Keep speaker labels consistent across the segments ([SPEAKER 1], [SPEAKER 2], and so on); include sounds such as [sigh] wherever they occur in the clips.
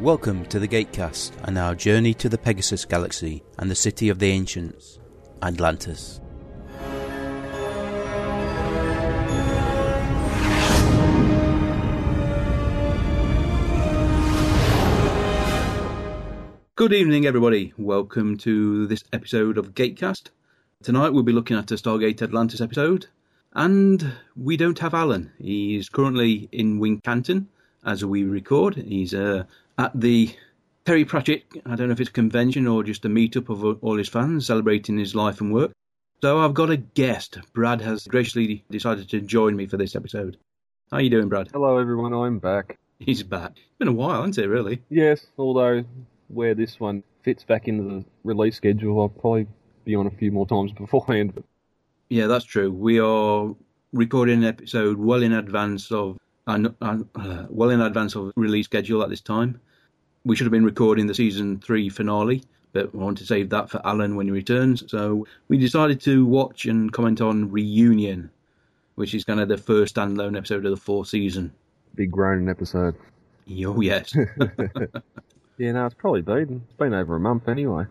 [SPEAKER 1] Welcome to the Gatecast and our journey to the Pegasus Galaxy and the city of the ancients, Atlantis. Good evening, everybody. Welcome to this episode of Gatecast. Tonight we'll be looking at a Stargate Atlantis episode, and we don't have Alan. He's currently in Wincanton as we record. He's uh, at the Terry Pratchett, I don't know if it's a convention or just a meetup of all his fans celebrating his life and work. So I've got a guest. Brad has graciously decided to join me for this episode. How you doing, Brad?
[SPEAKER 2] Hello, everyone. I'm back.
[SPEAKER 1] He's back. It's been a while, hasn't it, really?
[SPEAKER 2] Yes, although where this one fits back into the release schedule, I'll probably be on a few more times [laughs] beforehand. But
[SPEAKER 1] Yeah, that's true. We are recording an episode well in advance of and- and, uh, well in advance of release schedule at this time. We should have been recording the season three finale, but we want to save that for Alan when he returns. So we decided to watch and comment on Reunion, which is kind of the first standalone episode of the fourth season.
[SPEAKER 2] big groaning episode.
[SPEAKER 1] Oh yes.
[SPEAKER 2] [laughs] Yeah, no, it's probably been it's been over a month anyway.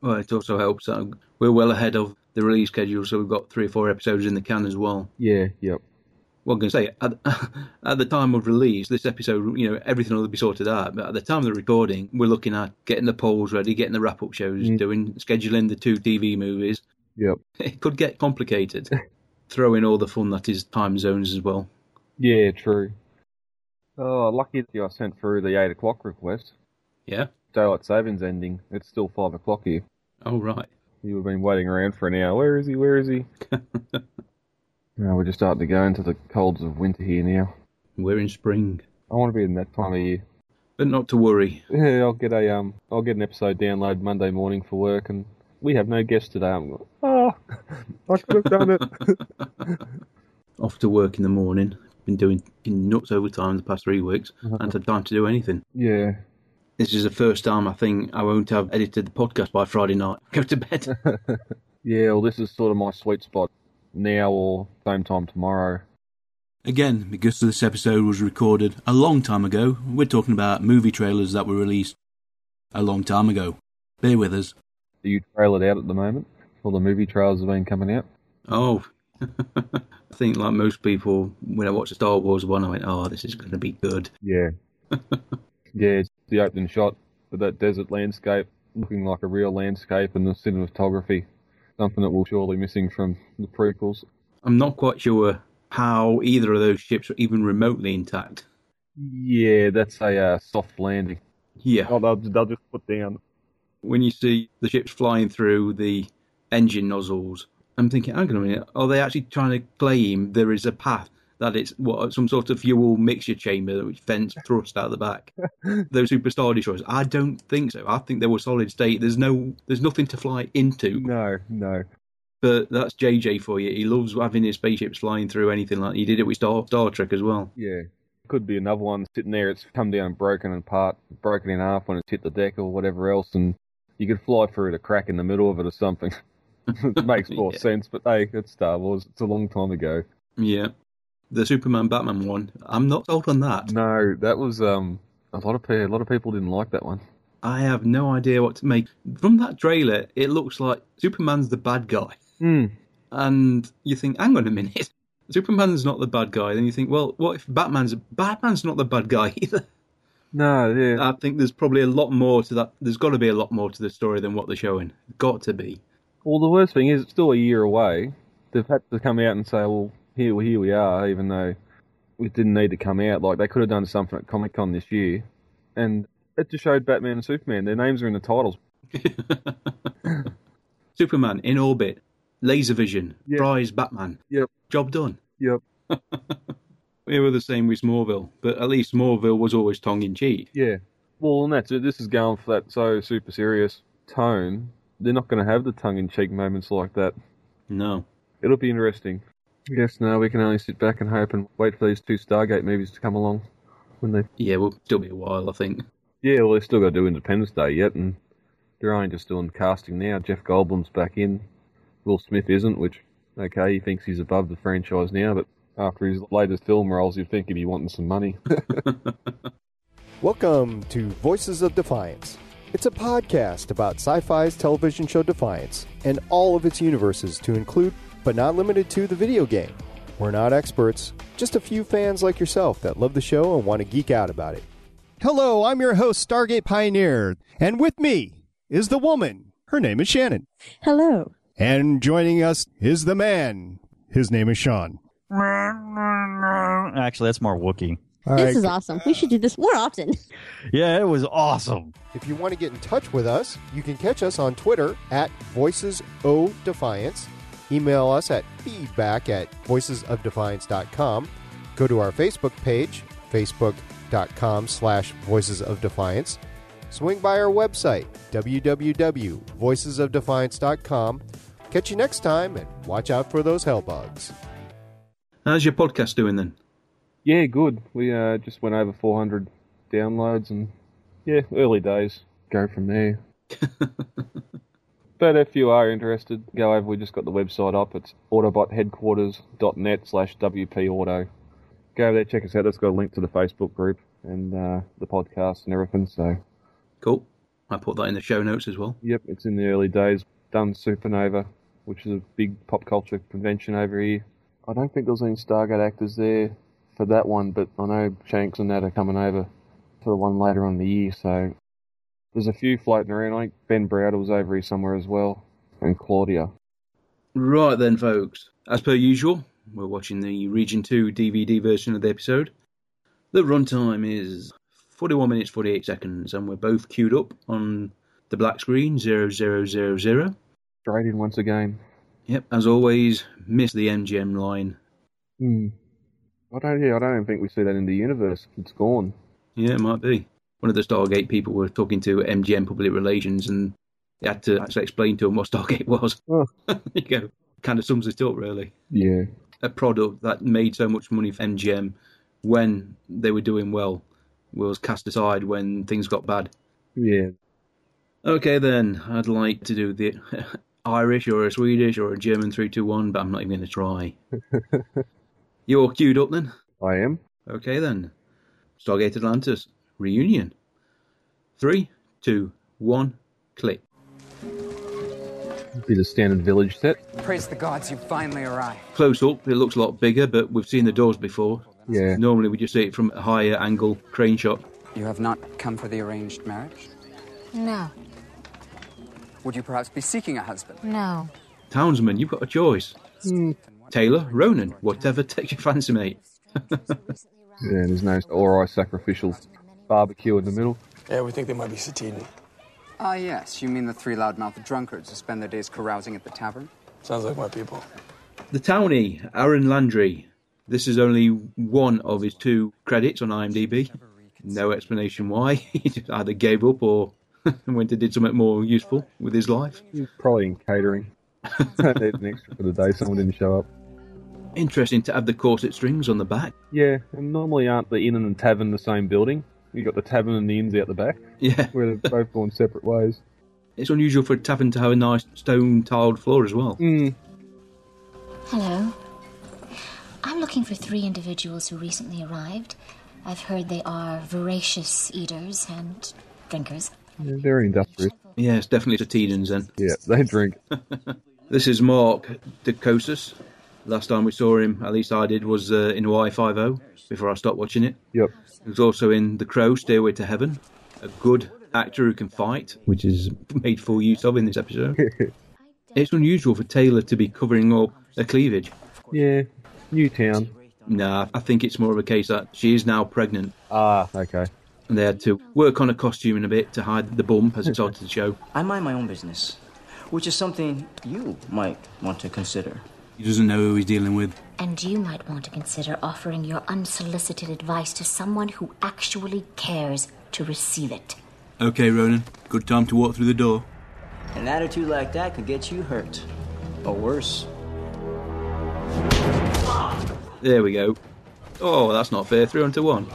[SPEAKER 1] well, it also helps that we're well ahead of the release schedule, so we've got three or four episodes in the can as well.
[SPEAKER 2] Yeah, yep.
[SPEAKER 1] well, I'm going to say at, [laughs] at the time of release, this episode, you know, everything will be sorted out. But at the time of the recording, we're looking at getting the polls ready, getting the wrap up shows,
[SPEAKER 2] Mm.
[SPEAKER 1] doing scheduling the two TV movies.
[SPEAKER 2] Yep.
[SPEAKER 1] [laughs] It could
[SPEAKER 2] [laughs]
[SPEAKER 1] get complicated. Throw in all the fun that is time zones as well.
[SPEAKER 2] Yeah, true. Oh, lucky that I sent through the eight o'clock request.
[SPEAKER 1] Yeah.
[SPEAKER 2] Daylight savings ending. It's still five o'clock here.
[SPEAKER 1] Oh right.
[SPEAKER 2] You've been waiting around for an hour. Where is he? Where is
[SPEAKER 1] [laughs]
[SPEAKER 2] he? now we're just starting to go into the colds of winter here now.
[SPEAKER 1] We're in spring,
[SPEAKER 2] I want to be in that time of year.
[SPEAKER 1] but not to worry.
[SPEAKER 2] Yeah, I'll get a um, I'll get an episode download Monday morning for work, and we have no guests today. I'm like, ah, I could have done it.
[SPEAKER 1] Off to work in the morning. Been doing nuts overtime the past three weeks.
[SPEAKER 2] Uh-huh.
[SPEAKER 1] and haven't had time to do anything.
[SPEAKER 2] yeah,
[SPEAKER 1] This is the first time I think I won't have edited the podcast by Friday night. [laughs] Go to bed.
[SPEAKER 2] [laughs] yeah. Well, this is sort of my sweet spot now, or same time tomorrow.
[SPEAKER 1] Again, because this episode was recorded a long time ago, we're talking about movie trailers that were released a long time ago. Bear with us.
[SPEAKER 2] Do you trail it out at the moment? All the movie trailers have been coming out.
[SPEAKER 1] Oh, [laughs] I think like most people, when I watched the Star Wars one, I went, "Oh, this is going to be good." [laughs]
[SPEAKER 2] Yeah, yeah. It's the opening shot of that desert landscape, looking like a real landscape, and the cinematography, something that we're surely missing from the prequels.
[SPEAKER 1] I'm not quite sure how either of those ships are even remotely intact.
[SPEAKER 2] Yeah, that's a uh, soft landing.
[SPEAKER 1] Yeah,
[SPEAKER 2] Oh, they'll, they'll just put down.
[SPEAKER 1] when you see the ships flying through the engine nozzles, I'm thinking, "Hang on a minute, are they actually trying to claim there is a path?" That it's what some sort of fuel mixture chamber which vents thrust out
[SPEAKER 2] [laughs]
[SPEAKER 1] the back. those superstar destroyers. I don't think so. I think they were solid state. There's no, there's nothing to fly into.
[SPEAKER 2] No, no.
[SPEAKER 1] But that's JJ for you. He loves having his spaceships flying through anything like he did it with Star Star Trek as well.
[SPEAKER 2] Yeah. Could be another one sitting there. It's come down broken and part, broken in half when it's hit the deck or whatever else, and you could fly through the crack in the middle of it or something. [laughs] it
[SPEAKER 1] [laughs]
[SPEAKER 2] makes more
[SPEAKER 1] Yeah.
[SPEAKER 2] sense, but hey, it's Star Wars. It's a long time ago.
[SPEAKER 1] Yeah, the Superman Batman one. I'm not sold on that.
[SPEAKER 2] No, that was um a lot of pe- a lot of people didn't like that one.
[SPEAKER 1] I have no idea what to make from that trailer. It looks like Superman's the bad guy,
[SPEAKER 2] Hmm.
[SPEAKER 1] and you think, hang on a minute. [laughs] Superman's not the bad guy. Then you think, well, what if Batman's Batman's not the bad guy either?
[SPEAKER 2] No, yeah.
[SPEAKER 1] I think there's probably a lot more to that. There's got to be a lot more to the story than what they're showing. Got to be.
[SPEAKER 2] Well, the worst thing is it's still a year away. They've had to come out and say, "Well, here, here we are," even though it didn't need to come out. Like they could have done something at Comic Con this year, and it just showed Batman and Superman. Their names are in the titles.
[SPEAKER 1] [laughs] Superman in orbit, laser vision,
[SPEAKER 2] Yeah.
[SPEAKER 1] prize Batman.
[SPEAKER 2] Yep.
[SPEAKER 1] Job done. [laughs]
[SPEAKER 2] Yep.
[SPEAKER 1] We were the same with Smallville, but at least Smallville was always tongue in cheek.
[SPEAKER 2] Yeah. Well, and that's it. This is going for that so super serious tone. They're not going to have the tongue in cheek moments like that.
[SPEAKER 1] No.
[SPEAKER 2] It'll be interesting. I guess now we can only sit back and hope and wait for these two Stargate movies to come along. When they
[SPEAKER 1] Yeah, we'll still be a while, I think.
[SPEAKER 2] Yeah, well, they've still got to do Independence Day yet, and they're only just doing casting now. Jeff Goldblum's back in. Will Smith isn't, which, okay, he thinks he's above the franchise now, but after his latest film roles, you'd think he'd be wanting some money.
[SPEAKER 3] Welcome to Voices of Defiance. It's a podcast about sci fi's television show Defiance and all of its universes to include, but not limited to, the video game. We're not experts, just a few fans like yourself that love the show and want to geek out about it. Hello, I'm your host, Stargate Pioneer, and with me is the woman. Her name is Shannon.
[SPEAKER 4] Hello.
[SPEAKER 3] And joining us is the man. His name is Sean.
[SPEAKER 5] Actually, that's more Wookiee.
[SPEAKER 3] All
[SPEAKER 4] this is awesome. We should do this more often.
[SPEAKER 5] Yeah, it was awesome.
[SPEAKER 3] If you want to get in touch with us, you can catch us on Twitter at VoicesODefiance, email us at feedback at voicesofdefiance.com, go to our Facebook page, facebook.com slash voicesofdefiance, swing by our website, www.voicesofdefiance.com. Catch you next time, and watch out for those hellbugs.
[SPEAKER 1] How's your podcast doing then?
[SPEAKER 2] [laughs] Yeah, good. We uh, just went over 400 downloads and, yeah, early days. Go from there. but if you are interested, go over. We just got the website up. It's autobotheadquarters.net slash WPauto. Go over there, check us out. That's got a link to the Facebook group and uh, the podcast and everything. So,
[SPEAKER 1] Cool. I put that in the show notes as well.
[SPEAKER 2] yep, it's in the early days. Done Supernova, which is a big pop culture convention over here. I don't think there was any Stargate actors there for that one, but I know Shanks and that are coming over for the one later on in the year. So there's a few floating around. I think Ben Browder was over here somewhere as well, and Claudia.
[SPEAKER 1] Right then, folks. As per usual, we're watching the Region 2 DVD version of the episode. The runtime is 41 minutes 48 seconds, and we're both queued up on the black screen 0000.
[SPEAKER 2] Straight in once again.
[SPEAKER 1] Yep, as always, miss the MGM line.
[SPEAKER 2] Hmm. I don't. Yeah, I don't even think we see that in the universe. It's gone.
[SPEAKER 1] Yeah, it might be. One of the Stargate people were talking to MGM Public Relations and they had to actually explain to him what Stargate [laughs] was.
[SPEAKER 2] Oh.
[SPEAKER 1] you go, kind of sums it up, really.
[SPEAKER 2] Yeah.
[SPEAKER 1] A product that made so much money for MGM when they were doing well was cast aside when things got bad.
[SPEAKER 2] Yeah.
[SPEAKER 1] Okay, then, I'd like to do the [laughs] Irish or a Swedish or a German 321, but I'm not even going to try. You're queued up then?
[SPEAKER 2] I am.
[SPEAKER 1] Okay then. Stargate Atlantis reunion. Three, two, one, click.
[SPEAKER 2] Be the standard village set.
[SPEAKER 6] Praise the gods, you finally arrived.
[SPEAKER 1] Close up, it looks a lot bigger, but we've seen the doors before.
[SPEAKER 2] Yeah.
[SPEAKER 1] Normally we just see it from a higher angle crane shot.
[SPEAKER 6] You have not come for the arranged marriage?
[SPEAKER 7] No,
[SPEAKER 6] Would you perhaps be seeking a husband?
[SPEAKER 7] no.
[SPEAKER 1] Townsman, you've got a choice.
[SPEAKER 2] Hmm.
[SPEAKER 1] Taylor, Ronan, whatever [laughs] takes your fancy, mate. [laughs]
[SPEAKER 2] Yeah. There's no or I sacrificial barbecue in the middle.
[SPEAKER 8] Yeah, we think they might be Satine.
[SPEAKER 6] Ah, yes, you mean the three loudmouthed drunkards who spend their days carousing at the tavern?
[SPEAKER 8] Sounds like my people.
[SPEAKER 1] The townie, Aaron Landry. This is only one of his two credits on IMDb. No explanation why. [laughs] He just either gave up or [laughs] went and did something more useful with his life.
[SPEAKER 2] He's probably in
[SPEAKER 1] [laughs]
[SPEAKER 2] catering. Don't need an extra for the day. Someone didn't show up.
[SPEAKER 1] Interesting to have the corset strings on the back.
[SPEAKER 2] Yeah, and normally aren't the inn and the tavern the same building? You got the tavern and the inns out the back,
[SPEAKER 1] Yeah,
[SPEAKER 2] where they've both gone separate ways.
[SPEAKER 1] it's unusual for a tavern to have a nice stone tiled floor as well.
[SPEAKER 2] Hmm.
[SPEAKER 7] Hello. I'm looking for three individuals who recently arrived. I've heard they are voracious eaters and drinkers.
[SPEAKER 2] They're very industrious.
[SPEAKER 1] Yeah, it's definitely Satidans then.
[SPEAKER 2] Yeah, they drink.
[SPEAKER 1] [laughs] This is Mark Dacosis. Last time we saw him, at least I did, was uh, in Y50 before I stopped watching it.
[SPEAKER 2] Yep.
[SPEAKER 1] He was also in The Crow, Stairway to Heaven. A good actor who can fight, which is made full use of in this episode.
[SPEAKER 2] [laughs]
[SPEAKER 1] it's unusual for Taylor to be covering up her cleavage.
[SPEAKER 2] Yeah, new town.
[SPEAKER 1] Nah, I think it's more of a case that she is now pregnant.
[SPEAKER 2] Ah, okay.
[SPEAKER 1] and they had to work on a costume in a bit to hide the bump as it started to show.
[SPEAKER 9] [laughs] I mind my own business, which is something you might want to consider.
[SPEAKER 1] He doesn't know who he's dealing with.
[SPEAKER 7] And you might want to consider offering your unsolicited advice to someone who actually cares to receive it.
[SPEAKER 1] Okay, Ronan, good time to walk through the door.
[SPEAKER 9] An attitude like that could get you hurt, or worse.
[SPEAKER 1] There we go. Oh, that's not fair. Three onto one.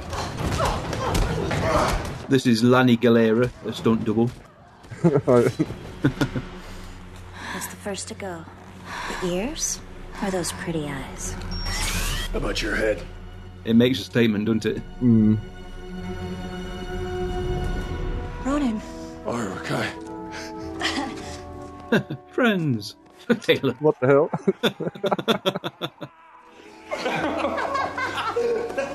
[SPEAKER 1] This is Lanny Galera, a
[SPEAKER 2] [laughs]
[SPEAKER 1] stunt double. [laughs]
[SPEAKER 10] Who's the first to go? The ears or those pretty eyes?
[SPEAKER 8] How about your head?
[SPEAKER 2] Hmm.
[SPEAKER 1] It makes a statement, doesn't it? [laughs]
[SPEAKER 9] [laughs]
[SPEAKER 1] Friends. Taylor.
[SPEAKER 2] What the
[SPEAKER 1] [laughs]
[SPEAKER 2] hell?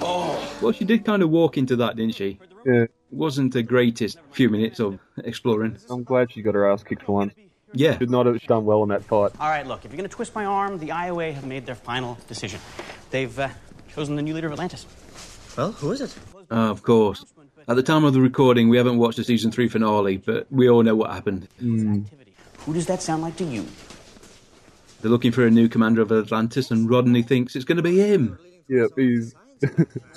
[SPEAKER 1] Well, she did kind of walk into that, didn't she?
[SPEAKER 2] yeah,
[SPEAKER 1] Wasn't the greatest few minutes of exploring.
[SPEAKER 2] I'm glad she got her ass kicked for once.
[SPEAKER 1] Yeah.
[SPEAKER 2] Should not have done well in that fight.
[SPEAKER 11] All right, look, if you're going to twist my arm, the IOA have made their final decision. They've uh, chosen the new leader of Atlantis.
[SPEAKER 9] Well, who is it?
[SPEAKER 1] Ah, of course. At the time of the recording, we haven't watched the season three finale, but we all know what happened.
[SPEAKER 2] Hmm.
[SPEAKER 11] Who does that sound like to you?
[SPEAKER 1] They're looking for a new commander of Atlantis, and Rodney thinks it's going to be him.
[SPEAKER 2] Yeah, he's.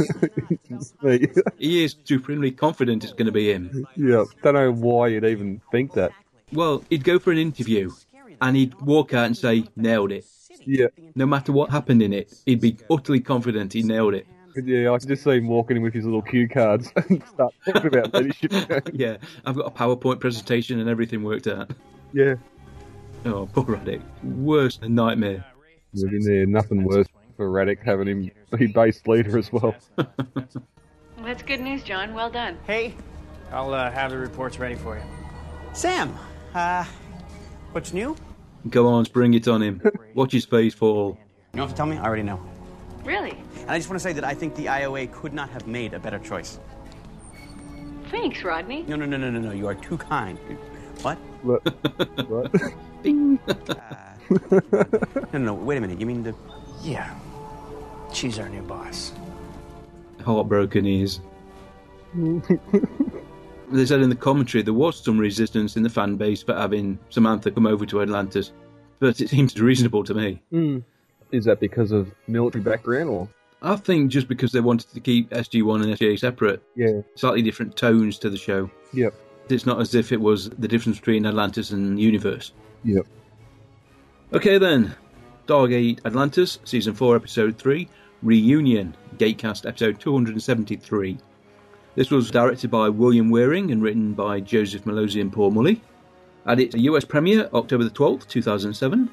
[SPEAKER 2] [laughs] Me.
[SPEAKER 1] He is supremely confident it's going to be him.
[SPEAKER 2] yeah, don't know why you'd even think that.
[SPEAKER 1] Well, he'd go for an interview, and he'd walk out and say, nailed it.
[SPEAKER 2] Yeah,
[SPEAKER 1] No matter what happened in it, he'd be utterly confident he nailed it.
[SPEAKER 2] yeah, I can just see him walking in with his little cue cards [laughs] and start talking about leadership.
[SPEAKER 1] [laughs] Yeah, I've got a PowerPoint presentation and everything worked out.
[SPEAKER 2] yeah,
[SPEAKER 1] Oh, poor Roddick. Worse than nightmare.
[SPEAKER 2] living there, nothing worse for Raddick having him be base leader as [laughs] well.
[SPEAKER 12] That's good news, John. Well done.
[SPEAKER 9] Hey,
[SPEAKER 11] I'll uh, have the reports ready for you.
[SPEAKER 9] Sam. Uh,
[SPEAKER 11] What's new? You
[SPEAKER 1] Go on, spring it on him. Watch his face fall.
[SPEAKER 11] don't have to tell me. I already know.
[SPEAKER 12] Really?
[SPEAKER 11] And I just want to say that I think the IOA could not have made a better choice.
[SPEAKER 12] Thanks, Rodney.
[SPEAKER 11] No, no, no, no, no, no. You are too kind. What? [laughs] Uh,
[SPEAKER 2] Look, look.
[SPEAKER 1] Bing.
[SPEAKER 11] No, no, no. Wait a minute. You mean the?
[SPEAKER 9] yeah. She's our new boss.
[SPEAKER 1] Heartbroken he is.
[SPEAKER 2] Hmm.
[SPEAKER 1] they said in the commentary there was some resistance in the fan base for having Samantha come over to Atlantis, but it seems reasonable to me.
[SPEAKER 2] Is that because of military background or?
[SPEAKER 1] I think just because they wanted to keep SG1 and SGA separate,
[SPEAKER 2] Yeah,
[SPEAKER 1] slightly different tones to the show.
[SPEAKER 2] yep,
[SPEAKER 1] It's not as if it was the difference between Atlantis and Universe.
[SPEAKER 2] yep.
[SPEAKER 1] Okay then, Stargate Atlantis, Season 4, Episode 3, Reunion, Gatecast, Episode 273. This was directed by William Wearing and written by Joseph Malozzi and Paul Mully. Had its US premiere October the 12th, 2007.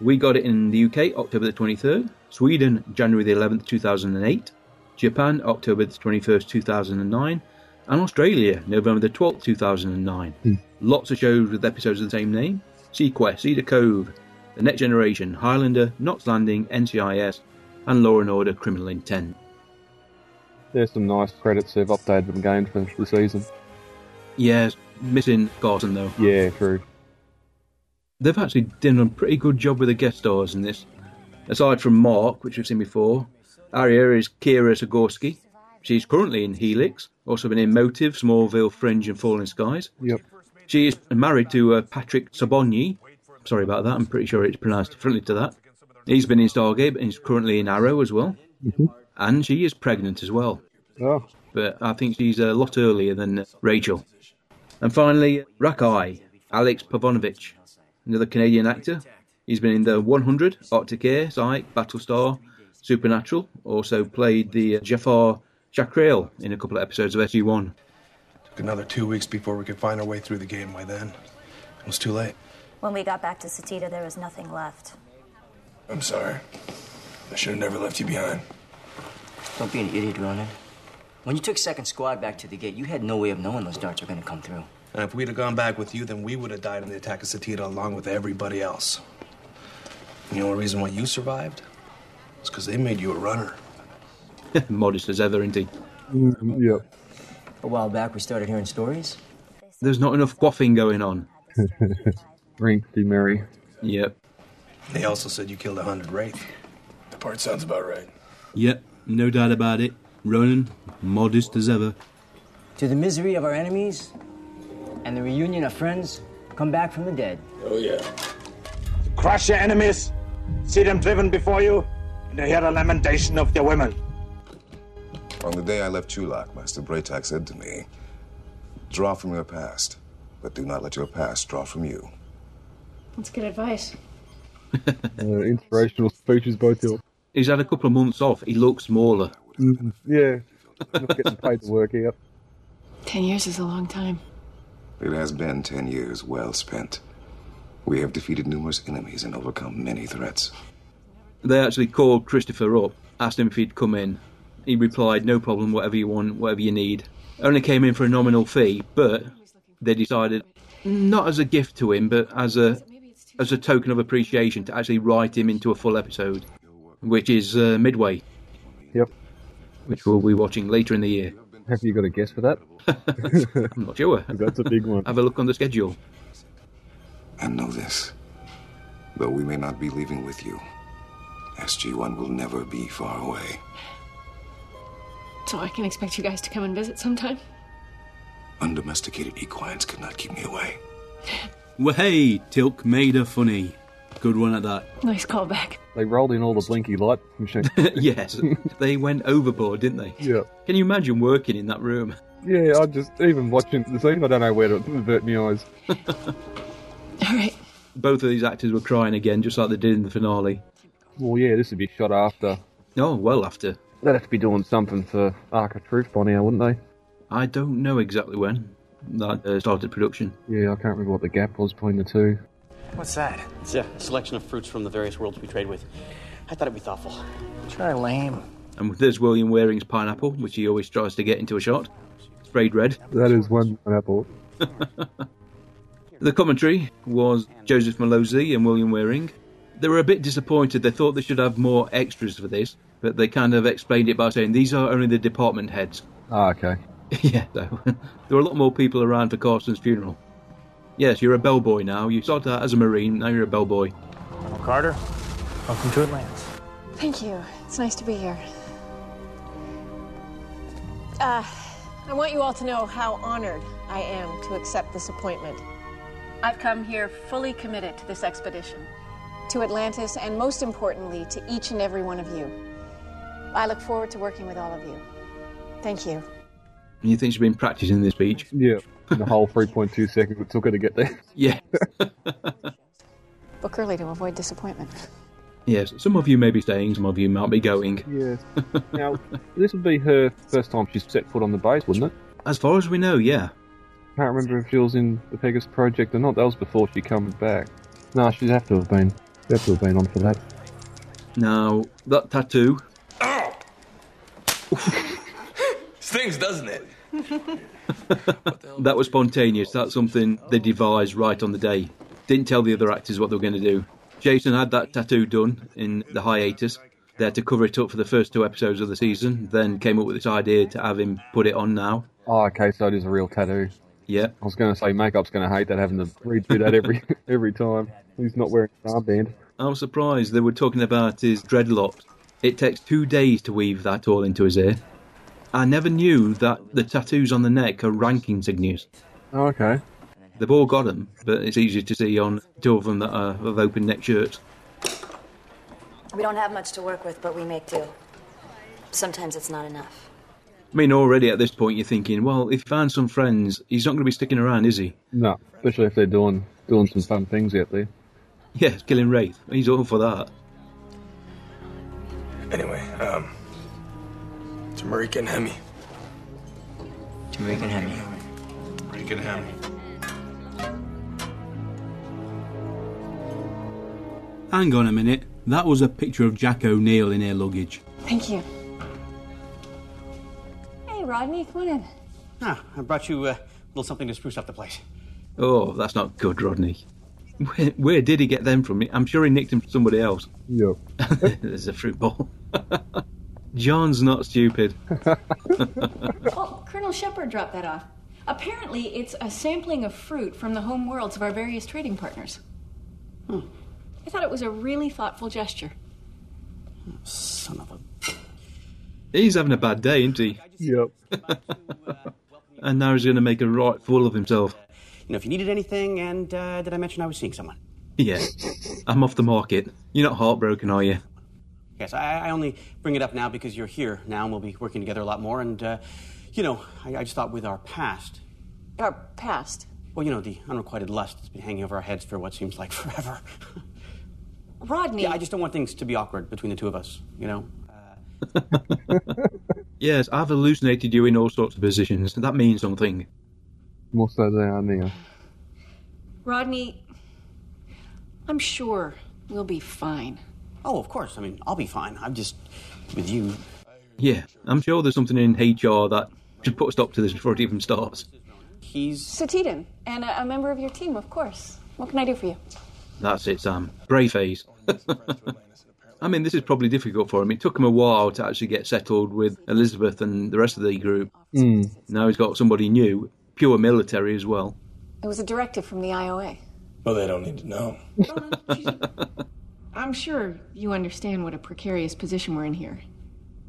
[SPEAKER 1] We got it in the UK October the 23rd, Sweden January the 11th, 2008, Japan October the 21st, 2009, and Australia November the 12th, 2009. Lots of shows with episodes of the same name Sequest, Cedar Cove, The Next Generation, Highlander, Knots Landing, NCIS, and Law and Order Criminal Intent.
[SPEAKER 2] There's some nice credits they've updated the game for the season.
[SPEAKER 1] Yes, missing Garson though.
[SPEAKER 2] Yeah, true.
[SPEAKER 1] They've actually done a pretty good job with the guest stars in this. Aside from Mark, which we've seen before, Aria is Kira Zagorski. She's currently in Helix, also been in Motive, Smallville, Fringe, and Falling Skies.
[SPEAKER 2] Yep.
[SPEAKER 1] She is married to uh, Patrick Sabonyi. Sorry about that, I'm pretty sure it's pronounced differently to that. He's been in Stargate, but he's currently in Arrow as well.
[SPEAKER 2] Mm-hmm. [laughs]
[SPEAKER 1] And she is pregnant as well
[SPEAKER 2] Oh,
[SPEAKER 1] but I think she's a lot earlier than Rachel. And finally, Rakai, Alex Pavonovich, another Canadian actor. He's been in The 100, Arctic Air, Psych, Battlestar, Supernatural. Also played the Jafar Chakrail in a couple of episodes of SG1.
[SPEAKER 8] Took another two weeks before we could find our way through the game. By then, it was too late.
[SPEAKER 10] When we got back to Satita, there was nothing left.
[SPEAKER 8] I'm sorry. I should have never left you behind.
[SPEAKER 9] Don't be an idiot, Ronan. When you took second squad back to the gate, you had no way of knowing those darts were going to come through.
[SPEAKER 8] And if we'd have gone back with you, then we would have died in the attack of Satita along with everybody else. And the only reason why you survived is because they made you a runner.
[SPEAKER 1] [laughs] Modest as ever, indeed.
[SPEAKER 2] yep.
[SPEAKER 9] A while back, we started hearing stories.
[SPEAKER 1] There's not enough quaffing going on. [laughs]
[SPEAKER 2] Ring to Mary.
[SPEAKER 1] Yep.
[SPEAKER 8] They also said you killed a hundred wraith. That part sounds about right.
[SPEAKER 1] Yep, no doubt about it. Ronan, modest as ever.
[SPEAKER 9] To the misery of our enemies and the reunion of friends come back from the dead.
[SPEAKER 8] Oh yeah.
[SPEAKER 13] Crush your enemies, see them driven before you, and hear the lamentation of their women.
[SPEAKER 14] On the day I left Chulak, Master Braytak said to me, Draw from your past, but do not let your past draw from you.
[SPEAKER 12] That's good advice.
[SPEAKER 2] Uh, inspirational speeches both of
[SPEAKER 1] He's had a couple of months off. He looks smaller.
[SPEAKER 2] Yeah. Not getting paid to work out.
[SPEAKER 12] Ten years is a long time.
[SPEAKER 14] It has been ten years well spent. We have defeated numerous enemies and overcome many threats.
[SPEAKER 1] [laughs] they actually called Christopher up, asked him if he'd come in. He replied, "No problem, whatever you want, whatever you need." Only came in for a nominal fee, but they decided not as a gift to him, but as a as a token of appreciation to actually write him into a full episode, which is uh, midway.
[SPEAKER 2] Yep.
[SPEAKER 1] Which we'll be watching later in the year.
[SPEAKER 2] Have you got a guess for that?
[SPEAKER 1] I'm not sure.
[SPEAKER 2] [laughs] That's a
[SPEAKER 1] [laughs]
[SPEAKER 2] big one.
[SPEAKER 1] Have a look on the schedule.
[SPEAKER 14] And know this. Though we may not be leaving with you, SG1 will never be far away.
[SPEAKER 12] So I can expect you guys to come and visit sometime.
[SPEAKER 14] Undomesticated equines could not keep me away.
[SPEAKER 1] Well, hey, Tilk made her funny. Good one at that.
[SPEAKER 12] Nice callback.
[SPEAKER 2] They rolled in all the blinky light machine.
[SPEAKER 1] [laughs] yes, they went overboard, didn't they?
[SPEAKER 2] Yeah.
[SPEAKER 1] Can you imagine working in that room?
[SPEAKER 2] Yeah, I just even watching the scene, I don't know where to avert my
[SPEAKER 1] [laughs]
[SPEAKER 2] eyes.
[SPEAKER 12] All right.
[SPEAKER 1] Both of these actors were crying again, just like they did in the finale.
[SPEAKER 2] Well, yeah, this would be shot after.
[SPEAKER 1] Oh, well after.
[SPEAKER 2] They'd have to be doing something for Ark of Truth by now, wouldn't they?
[SPEAKER 1] I don't know exactly when that uh, started production.
[SPEAKER 2] Yeah, I can't remember what the gap was between the two.
[SPEAKER 11] What's that? It's a, a selection of fruits from the various worlds we trade with. I thought it'd be thoughtful.
[SPEAKER 9] Try lame.
[SPEAKER 1] And there's William Waring's pineapple, which he always tries to get into a shot. Sprayed red.
[SPEAKER 2] That is one apple.
[SPEAKER 1] The commentary was Joseph Malozzi and William Waring. They were a bit disappointed. They thought they should have more extras for this, but they kind of explained it by saying these are only the department heads. [laughs]
[SPEAKER 2] Ah, okay.
[SPEAKER 1] yeah, so [laughs] there were a lot more people around for Carson's funeral. Yes, you're a bellboy now. You started out as a Marine, now you're a bellboy.
[SPEAKER 11] Colonel Carter, welcome to Atlanta.
[SPEAKER 12] Thank you. It's nice to be here. Uh, I want you all to know how honored I am to accept this appointment. I've come here fully committed to this expedition, to Atlantis, and most importantly, to each and every one of you. I look forward to working with all of you. Thank you.
[SPEAKER 1] And you think she's been practicing this speech?
[SPEAKER 2] Yeah. The whole [laughs] 3.2 seconds it took her to get there.
[SPEAKER 1] [laughs] Yeah.
[SPEAKER 12] Book early to avoid disappointment.
[SPEAKER 1] Yes, some of you may be staying, some of you might
[SPEAKER 2] [laughs]
[SPEAKER 1] be going.
[SPEAKER 2] Yes. now, this would be her first time she's set foot on the base, wouldn't it?
[SPEAKER 1] As far as we know, yeah.
[SPEAKER 2] Can't remember if she was in the Pegasus Project or not. That was before she came back. No, she'd have to have been. She'd have to have been on for that.
[SPEAKER 1] Now, that tattoo,
[SPEAKER 8] Ow! Stings, doesn't it?
[SPEAKER 1] that was spontaneous. That's something they devised right on the day. Didn't tell the other actors what they were going to do. Jason had that tattoo done in the hiatus. They had to cover it up for the first two episodes of the season, then came up with this idea to have him put it on now.
[SPEAKER 2] Oh, okay, so it is a real tattoo.
[SPEAKER 1] Yeah.
[SPEAKER 2] I was going to say makeup's going to hate that, having to redo that [laughs]
[SPEAKER 1] [laughs]
[SPEAKER 2] every every time. He's not wearing an armband.
[SPEAKER 1] I was surprised they were talking about his dreadlocks. It takes two days to weave that all into his hair. I never knew that the tattoos on the neck are ranking signals.
[SPEAKER 2] Oh, okay.
[SPEAKER 1] They've all got them, but it's easier to see on two of them that are of open neck shirts.
[SPEAKER 10] We don't have much to work with, but we make do. Sometimes it's not enough.
[SPEAKER 1] I mean, already at this point, you're thinking, well, if he finds some friends, he's not going to be sticking around, is he?
[SPEAKER 2] No, especially if they're doing doing some fun things out there.
[SPEAKER 1] Yes, killing Wraith. He's all for that.
[SPEAKER 8] Anyway, um, Tamarika and Hemi.
[SPEAKER 9] Jamaican Hemi.
[SPEAKER 8] Tamarika and Hemi.
[SPEAKER 1] Hang on a minute. That was a picture of Jack O'Neill in her luggage.
[SPEAKER 12] Thank you. Hey, Rodney, come on in.
[SPEAKER 11] Ah, I brought you uh, a little something to spruce up the place.
[SPEAKER 1] Oh, that's not good, Rodney. Where, where did he get them from? I'm sure he nicked them from somebody else.
[SPEAKER 2] Yep.
[SPEAKER 1] [laughs] There's a fruit ball. [laughs] John's not stupid.
[SPEAKER 12] Oh, Colonel Shepard dropped that off. Apparently, it's a sampling of fruit from the home worlds of our various trading partners. I thought it was a really thoughtful gesture.
[SPEAKER 11] Son of a.
[SPEAKER 1] He's having a bad day, isn't he?
[SPEAKER 2] Yep.
[SPEAKER 1] [laughs] And now he's going to make a right fool of himself.
[SPEAKER 11] You know, if you needed anything, and uh, did I mention I was seeing someone?
[SPEAKER 1] Yeah. I'm off the market. You're not heartbroken, are you?
[SPEAKER 11] Yes, I, I only bring it up now because you're here now, and we'll be working together a lot more. And, uh, you know, I, I just thought with our past,
[SPEAKER 12] Our past.
[SPEAKER 11] well, you know, the unrequited lust that's been hanging over our heads for what seems like [laughs] forever.
[SPEAKER 12] Rodney.
[SPEAKER 11] yeah, I just don't want things to be awkward between the two of us, you know?
[SPEAKER 1] Yes, I've hallucinated you in all sorts of positions. That means something.
[SPEAKER 2] More so than I now.
[SPEAKER 12] Rodney, I'm sure we'll be fine.
[SPEAKER 11] Oh, of course. I mean, I'll be fine. I'm just with you.
[SPEAKER 1] Yeah, I'm sure there's something in HR that should put a stop to this before it even starts.
[SPEAKER 11] He's.
[SPEAKER 12] Satidin, and a, a member of your team, of course. What can I do for you?
[SPEAKER 1] That's it, Sam. Brave phase. [laughs] I mean, this is probably difficult for him. It took him a while to actually get settled with Elizabeth and the rest of the group. Now he's got somebody new, pure military as well.
[SPEAKER 12] It was a directive from the IOA.
[SPEAKER 8] Well, they don't need to know.
[SPEAKER 12] I'm sure you understand what a precarious position we're in here.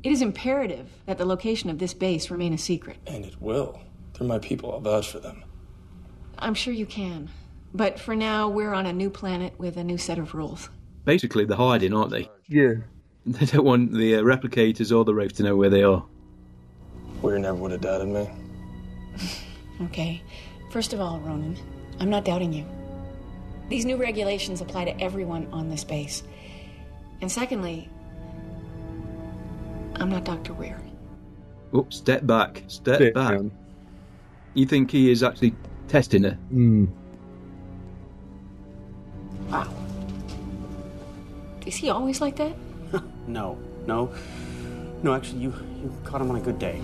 [SPEAKER 12] It is imperative that the location of this base remain a secret.
[SPEAKER 8] And it will. They're my people. I'll vouch for them.
[SPEAKER 12] I'm sure you can. But for now, we're on a new planet with a new set of rules.
[SPEAKER 1] Basically, they're hiding, aren't they?
[SPEAKER 2] Yeah.
[SPEAKER 1] [laughs] They don't want the uh, replicators or the Wraith to know where they are.
[SPEAKER 8] Weir never would have doubted me.
[SPEAKER 12] Okay. First of all, Ronan, I'm not doubting you. These new regulations apply to everyone on this base. And secondly, I'm not Dr. Weir.
[SPEAKER 1] Oh, step back, step, back. You think he is actually testing her?
[SPEAKER 2] Mm.
[SPEAKER 12] Is he always like that?
[SPEAKER 11] No, no. No, actually, you, you caught him on a good day.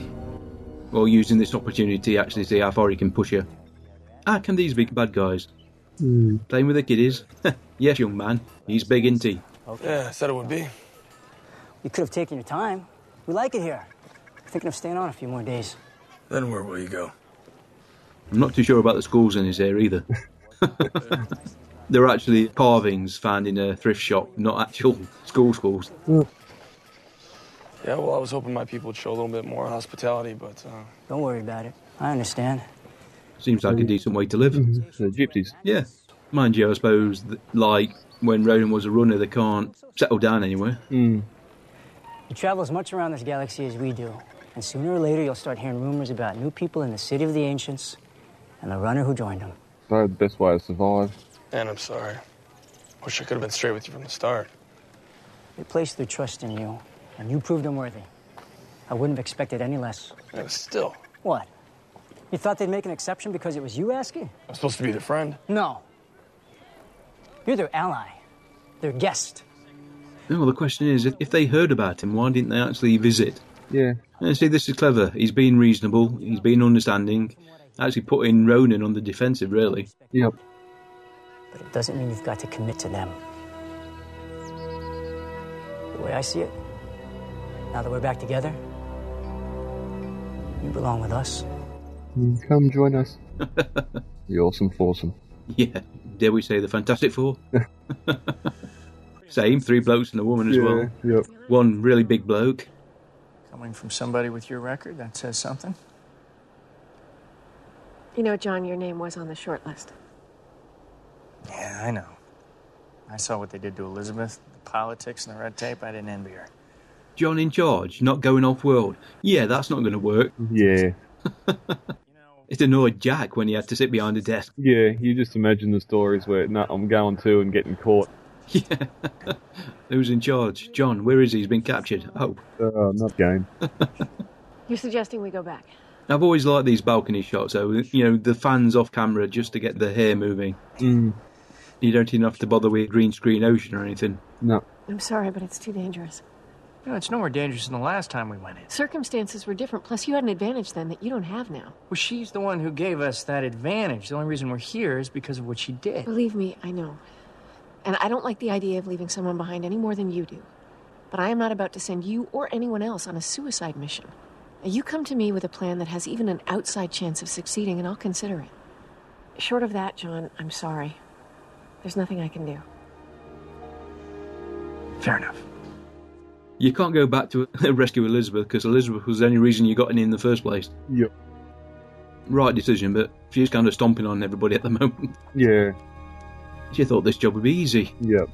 [SPEAKER 1] Or using this opportunity to actually see how far he can push her? Ah, can these be bad guys? Playing with the kiddies? [laughs] yes, young man. He's big, isn't he?
[SPEAKER 8] Yeah, I said it would be.
[SPEAKER 9] You could have taken your time. We like it here. Thinking of staying on a few more days.
[SPEAKER 8] Then where will you go?
[SPEAKER 1] I'm not too sure about the schools in his area either. They're actually carvings found in a thrift shop, not actual school schools.
[SPEAKER 8] Yeah, well, I was hoping my people would show a little bit more hospitality, but. Uh...
[SPEAKER 9] Don't worry about it. I understand.
[SPEAKER 1] Seems like a decent way to live.
[SPEAKER 2] The gypsies.
[SPEAKER 1] Yeah. Mind you, I suppose, th- like when Ronan was a runner, they can't settle down anywhere.
[SPEAKER 2] Hmm.
[SPEAKER 9] You travel as much around this galaxy as we do, and sooner or later you'll start hearing rumors about new people in the city of the ancients and the runner who joined them.
[SPEAKER 2] They're the best way to survive.
[SPEAKER 8] And I'm sorry. Wish I could have been straight with you from the start.
[SPEAKER 9] They placed their trust in you, and you proved them worthy. I wouldn't have expected any less.
[SPEAKER 8] Yeah, but still,
[SPEAKER 9] What? You thought they'd make an exception because it was you asking?
[SPEAKER 8] I'm supposed to be their friend.
[SPEAKER 9] No. You're their ally, their guest.
[SPEAKER 1] No, well, the question is, if- if they heard about him, why didn't they actually visit?
[SPEAKER 2] Yeah.
[SPEAKER 1] And see, this is clever. He's been reasonable. He's been understanding. Actually, putting Ronan on the defensive, really.
[SPEAKER 2] Yep.
[SPEAKER 9] But it doesn't mean you've got to commit to them. The way I see it, now that we're back together, you belong with us.
[SPEAKER 2] Come join us. the awesome foursome.
[SPEAKER 1] Yeah. Dare we say the
[SPEAKER 2] [laughs]
[SPEAKER 1] Fantastic Four? Same, three blokes and a woman as
[SPEAKER 2] Yeah,
[SPEAKER 1] well.
[SPEAKER 2] yep.
[SPEAKER 1] One really big bloke.
[SPEAKER 15] Coming from somebody with your record, that says something.
[SPEAKER 12] You know, John, your name was on the short list.
[SPEAKER 15] Yeah, I know. I saw what they did to Elizabeth, the politics and the red tape. I didn't envy her.
[SPEAKER 1] John in charge, not going off world. Yeah, that's not going to work.
[SPEAKER 2] Yeah.
[SPEAKER 1] [laughs] It annoyed Jack when he had to sit behind a desk.
[SPEAKER 2] Yeah, you just imagine the stories where, no, I'm going to and getting caught.
[SPEAKER 1] [laughs] Who's in charge? John, where is he? He's been captured. Oh.
[SPEAKER 2] Oh, not game.
[SPEAKER 12] You're suggesting we go back.
[SPEAKER 1] I've always liked these balcony shots, though. You know, the fans off camera just to get the hair moving.
[SPEAKER 2] Mm.
[SPEAKER 1] You don't even have to bother with green screen ocean or anything.
[SPEAKER 2] No.
[SPEAKER 12] I'm sorry, but it's too dangerous.
[SPEAKER 15] No, it's no more dangerous than the last time we went in.
[SPEAKER 12] Circumstances were different, plus, you had an advantage then that you don't have now.
[SPEAKER 15] Well, she's the one who gave us that advantage. The only reason we're here is because of what she did.
[SPEAKER 12] Believe me, I know. And I don't like the idea of leaving someone behind any more than you do. But I am not about to send you or anyone else on a suicide mission. Now, you come to me with a plan that has even an outside chance of succeeding, and I'll consider it. Short of that, John, I'm sorry. There's nothing I can do.
[SPEAKER 15] Fair enough.
[SPEAKER 1] You can't go back to [laughs] rescue Elizabeth because Elizabeth was the only reason you got in in the first place.
[SPEAKER 2] Yep.
[SPEAKER 1] Right decision, but she's kind of stomping on everybody at the [laughs] moment.
[SPEAKER 2] Yeah.
[SPEAKER 1] She thought this job would be easy.
[SPEAKER 2] Yep.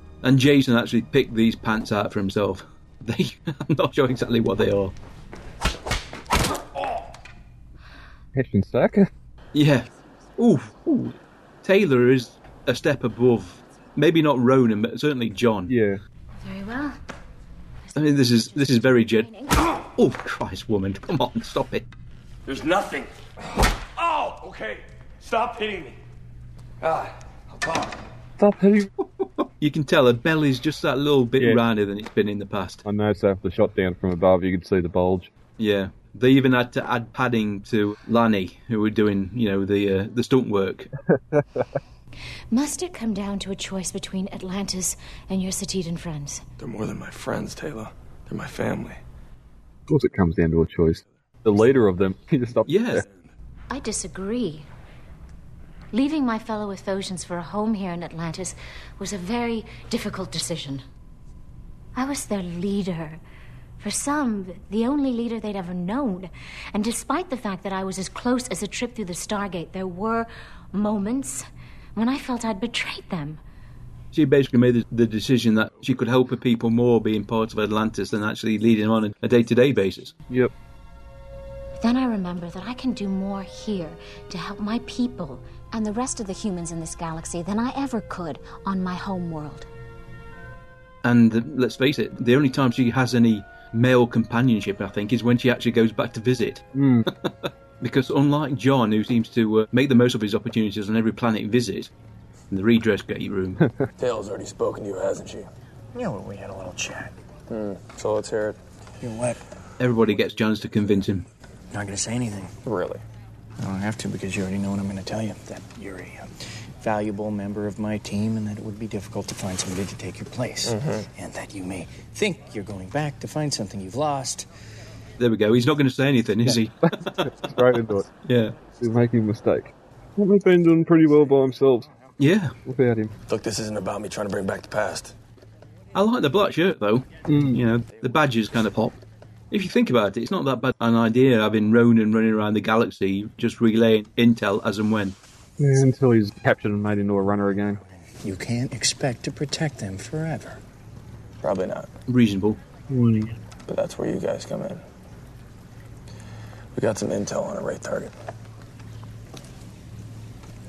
[SPEAKER 1] [laughs] And Jason actually picked these pants out for himself. [laughs] They, I'm not sure exactly what they are.
[SPEAKER 2] Hitch and Stacker?
[SPEAKER 1] Yeah. Ooh, ooh. Taylor is a step above. Maybe not Ronan, but certainly John.
[SPEAKER 2] Yeah.
[SPEAKER 7] Very well.
[SPEAKER 1] I mean, this is this is very jet. [gasps] Oh Christ, woman! Come on, stop it.
[SPEAKER 8] There's nothing. Oh, okay. Stop hitting me. Ah, I'll talk.
[SPEAKER 2] Stop hitting.
[SPEAKER 1] [laughs] you can tell her belly's just that little bit
[SPEAKER 2] Yeah.
[SPEAKER 1] rounder than it's been in the past.
[SPEAKER 2] I noticed after the shot down from above, you could see the bulge.
[SPEAKER 1] Yeah. They even had to add padding to Lanny, who were doing, you know, the uh, the
[SPEAKER 2] [laughs]
[SPEAKER 1] stunt work.
[SPEAKER 7] Must it come down to a choice between Atlantis and your Satidan friends?
[SPEAKER 8] They're more than my friends, Taylor. They're my family.
[SPEAKER 2] Of course, it comes down to a choice. The leader of them, [laughs] he just stopped.
[SPEAKER 1] Yeah.
[SPEAKER 7] I disagree. Leaving my fellow Ethosians for a home here in Atlantis was a very difficult decision. I was their leader. For some, the only leader they'd ever known. And despite the fact that I was as close as a trip through the Stargate, there were moments when I felt I'd betrayed them.
[SPEAKER 1] She basically made the- the decision that she could help her people more being part of Atlantis than actually leading on a day to day basis.
[SPEAKER 2] Yep.
[SPEAKER 7] Then I remember that I can do more here to help my people and the rest of the humans in this galaxy than I ever could on my home world.
[SPEAKER 1] And uh, let's face it, the only time she has any male companionship, I think, is when she actually goes back to visit.
[SPEAKER 2] Hmm. [laughs]
[SPEAKER 1] because unlike John, who seems to uh, make the most of his opportunities on every planet he visits, in the redress gate room,
[SPEAKER 2] [laughs]
[SPEAKER 16] Taylor's already spoken to you, hasn't she? Hmm,
[SPEAKER 15] Yeah, well, we had a little chat.
[SPEAKER 16] So let's hear it.
[SPEAKER 15] You what?
[SPEAKER 1] everybody gets John's to convince him.
[SPEAKER 15] Not gonna say anything. Really? I don't have to because you already know what I'm gonna tell you. That you're a uh, valuable member of my team and that it would be difficult to find somebody to take your place.
[SPEAKER 16] Mhm.
[SPEAKER 15] And that you may think you're going back to find something you've lost.
[SPEAKER 1] There we go. He's not going to say anything, is he?
[SPEAKER 2] [laughs] Straight into it.
[SPEAKER 1] Yeah.
[SPEAKER 2] He's making a mistake. Well, they've been doing pretty well by themselves.
[SPEAKER 1] Yeah.
[SPEAKER 2] Without him.
[SPEAKER 16] Look, this isn't about me trying to bring back the past.
[SPEAKER 1] I like the black shirt though.
[SPEAKER 2] Mm.
[SPEAKER 1] You know, the badges kind of pop. If you think about it, it's not that bad an idea having Ronan running around the galaxy just relaying intel as and when.
[SPEAKER 2] Yeah, until he's captured and made into a runner again.
[SPEAKER 15] You can't expect to protect them forever.
[SPEAKER 16] Probably not.
[SPEAKER 1] Reasonable.
[SPEAKER 16] But that's where you guys come in. We got some intel on a Wraith target.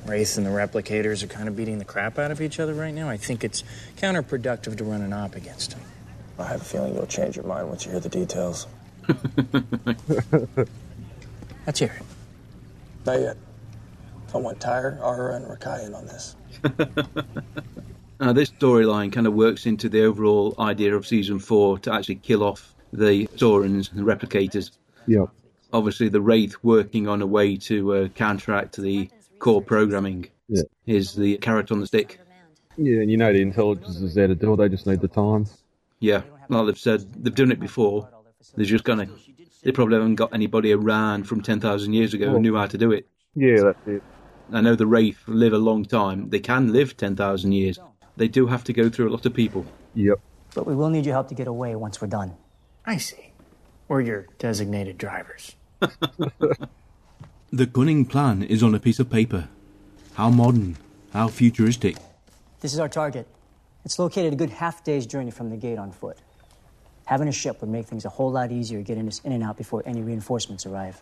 [SPEAKER 15] Wraith and the replicators are kind of beating the crap out of each other right now. I think it's counterproductive to run an op against them.
[SPEAKER 16] I have a feeling you'll change your mind once you hear the details.
[SPEAKER 15] Let's hear it.
[SPEAKER 16] Not yet. I want Tyre, Ara, and Rakai in on this.
[SPEAKER 1] Now, this storyline kind of works into the overall idea of season four to actually kill off the Saurons and the replicators.
[SPEAKER 2] Yep.
[SPEAKER 1] Obviously, the Wraith working on a way to uh, counteract the core programming
[SPEAKER 2] Yeah.
[SPEAKER 1] is the carrot on the stick.
[SPEAKER 2] Yeah, and you know the intelligence is there to do it, they just need the time.
[SPEAKER 1] Yeah, like they've said, they've done it before. They're just gonna. They probably haven't got anybody around from ten thousand years ago who knew how to do it.
[SPEAKER 2] Yeah, that's it.
[SPEAKER 1] I know the Wraith live a long time. They can live ten thousand years. They do have to go through a lot of people.
[SPEAKER 2] Yep.
[SPEAKER 9] But we will need your help to get away once we're done.
[SPEAKER 15] I see. Or your designated drivers.
[SPEAKER 1] The cunning plan is on a piece of paper. How modern, how futuristic.
[SPEAKER 9] This is our target. It's located a good half day's journey from the gate on foot. Having a ship would make things a whole lot easier getting us in and out before any reinforcements arrive.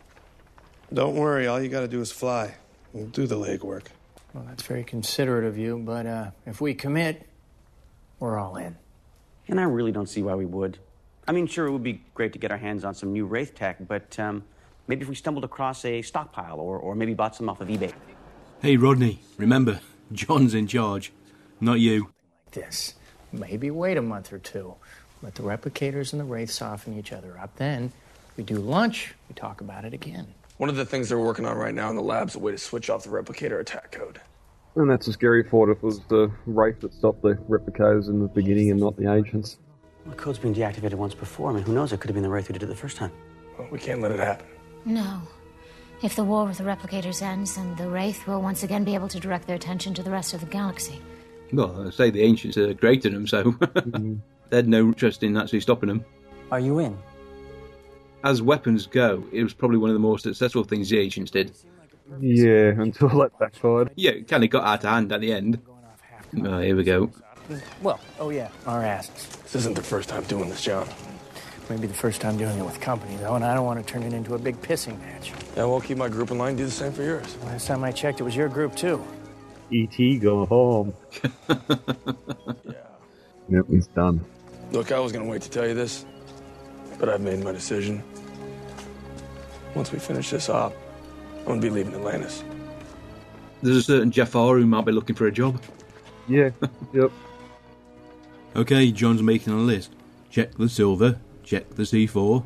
[SPEAKER 8] Don't worry, all you gotta do is fly. We'll do the legwork.
[SPEAKER 15] Well, that's very considerate of you, but uh, if we commit, we're all in.
[SPEAKER 11] And I really don't see why we would. I mean, sure, it would be great to get our hands on some new Wraith tech, but um, maybe if we stumbled across a stockpile or, or maybe bought some off of eBay.
[SPEAKER 1] Hey, Rodney, remember, John's in charge, not you.
[SPEAKER 15] This. Maybe wait a month or two. Let the replicators and the wraith soften each other up. Then we do lunch, we talk about it again.
[SPEAKER 16] One of the things they're working on right now in the lab's a way to switch off the replicator attack code.
[SPEAKER 2] And that's a scary thought if it was the Wraith that stopped the replicators in the beginning and not the ancients.
[SPEAKER 11] The code's been deactivated once before. I mean, who knows? It could have been the Wraith who did it the first time.
[SPEAKER 16] we can't let it happen.
[SPEAKER 7] No. If the war with the replicators ends, then the Wraith will once again be able to direct their attention to the rest of the galaxy.
[SPEAKER 1] Well, I say the ancients are greater than them, so [laughs] they had no interest in actually stopping them.
[SPEAKER 9] Mm-hmm. Are you in?
[SPEAKER 1] As weapons go, it was probably one of the more successful things the ancients did.
[SPEAKER 2] Yeah, [laughs] until that backfired.
[SPEAKER 1] Yeah, it kind of got out of hand at the end. Oh, here we go.
[SPEAKER 15] Well, oh yeah, our asses.
[SPEAKER 16] This isn't the first time doing this, John.
[SPEAKER 15] Maybe the first time doing it with company, though, and I don't want to turn it into a big pissing match.
[SPEAKER 16] Yeah, we'll keep my group in line. Do the same for yours.
[SPEAKER 15] Last time I checked, it was your group, too.
[SPEAKER 2] E.T. go E [laughs] home. Yep, he's done.
[SPEAKER 16] Look, I was going to wait to tell you this, but I've made my decision. Once we finish this op, I'm going to be leaving Atlantis.
[SPEAKER 1] There's a certain Jafar who might be looking for a job.
[SPEAKER 2] Yeah, yep.
[SPEAKER 1] Okay, John's making a list. Check the silver, check the C4.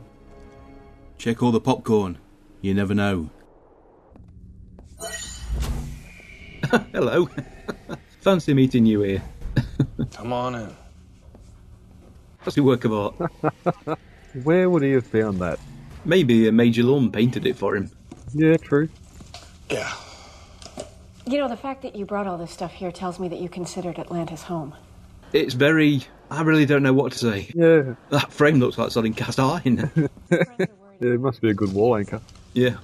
[SPEAKER 1] Check all the popcorn. You never know. [laughs] Hello. Fancy meeting you here.
[SPEAKER 16] Come on in.
[SPEAKER 1] That's a work of art. [laughs] Where would he have found that? Maybe a major lawn painted it for him. Yeah, true.
[SPEAKER 16] Yeah.
[SPEAKER 12] You know, the fact that you brought all this stuff here tells me that you considered Atlantis home.
[SPEAKER 1] It's very. I really don't know what to say. Yeah. That frame looks like something cast iron.
[SPEAKER 2] Yeah, it must be a good wall anchor.
[SPEAKER 1] yeah.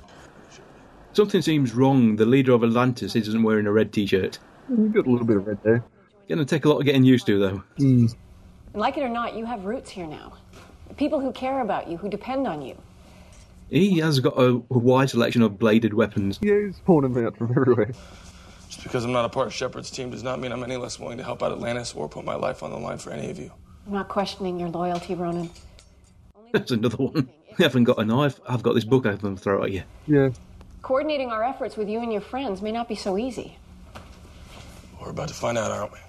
[SPEAKER 1] Something seems wrong. The leader of Atlantis isn't wearing a red t shirt.
[SPEAKER 2] You got a little bit of red there. Hmm.
[SPEAKER 1] Gonna take a lot of getting used to, though.
[SPEAKER 12] And like it or not, you have roots here now. People who care about you, who depend on you.
[SPEAKER 1] He has got a, a wide selection of bladed weapons.
[SPEAKER 2] Yeah, he's pulling them out from everywhere.
[SPEAKER 16] Just because I'm not a part of Shepard's team does not mean I'm any less willing to help out Atlantis or put my life on the line for any of you.
[SPEAKER 12] I'm not questioning your loyalty, Ronan.
[SPEAKER 1] [laughs] That's another one. I haven't got a knife. I've got this book I can throw at you.
[SPEAKER 2] Yeah.
[SPEAKER 12] Coordinating our efforts with you and your friends may not be so easy.
[SPEAKER 16] We're about to find out, aren't we?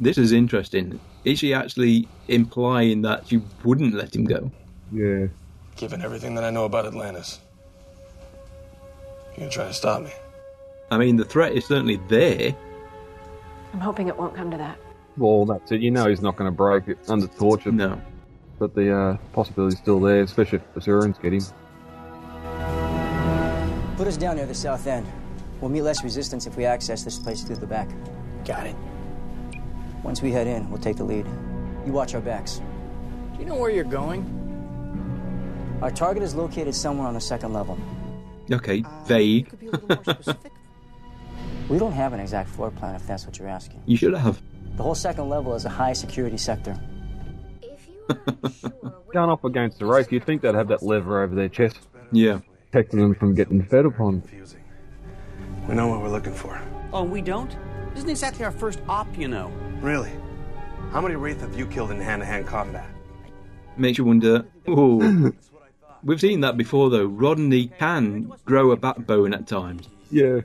[SPEAKER 1] This is interesting. Is she actually implying that you wouldn't let him go?
[SPEAKER 2] Yeah.
[SPEAKER 16] Given everything that I know about Atlantis, you gonna try to stop me?
[SPEAKER 1] I mean, the threat is certainly there.
[SPEAKER 12] I'm hoping it won't come to that.
[SPEAKER 2] Well, that's it. You know he's not going to break it under torture.
[SPEAKER 1] No.
[SPEAKER 2] But the uh, possibility's still there, especially if the Syrians get him.
[SPEAKER 9] Put us down near the south end. We'll meet less resistance if we access this place through the back. Got it. Once we head in, we'll take the lead. You watch our backs.
[SPEAKER 15] Do you know where you're going?
[SPEAKER 9] Our target is located somewhere on the second level.
[SPEAKER 1] Okay, vague. [laughs]
[SPEAKER 9] We don't have an exact floor plan if that's what you're asking.
[SPEAKER 1] You should have.
[SPEAKER 9] The whole second level is a high security sector.
[SPEAKER 2] Going up against the rope, you'd think they'd have that lever over their chest.
[SPEAKER 1] Yeah.
[SPEAKER 2] Protecting them from getting fed upon.
[SPEAKER 16] We know what we're looking for.
[SPEAKER 11] Oh, and we don't? Isn't exactly our first op, you know.
[SPEAKER 16] Really? How many Wraith have you killed in hand-to-hand combat?
[SPEAKER 1] Makes you wonder. Ooh. We've seen that before, though. Rodney can grow a backbone at times.
[SPEAKER 2] Yeah.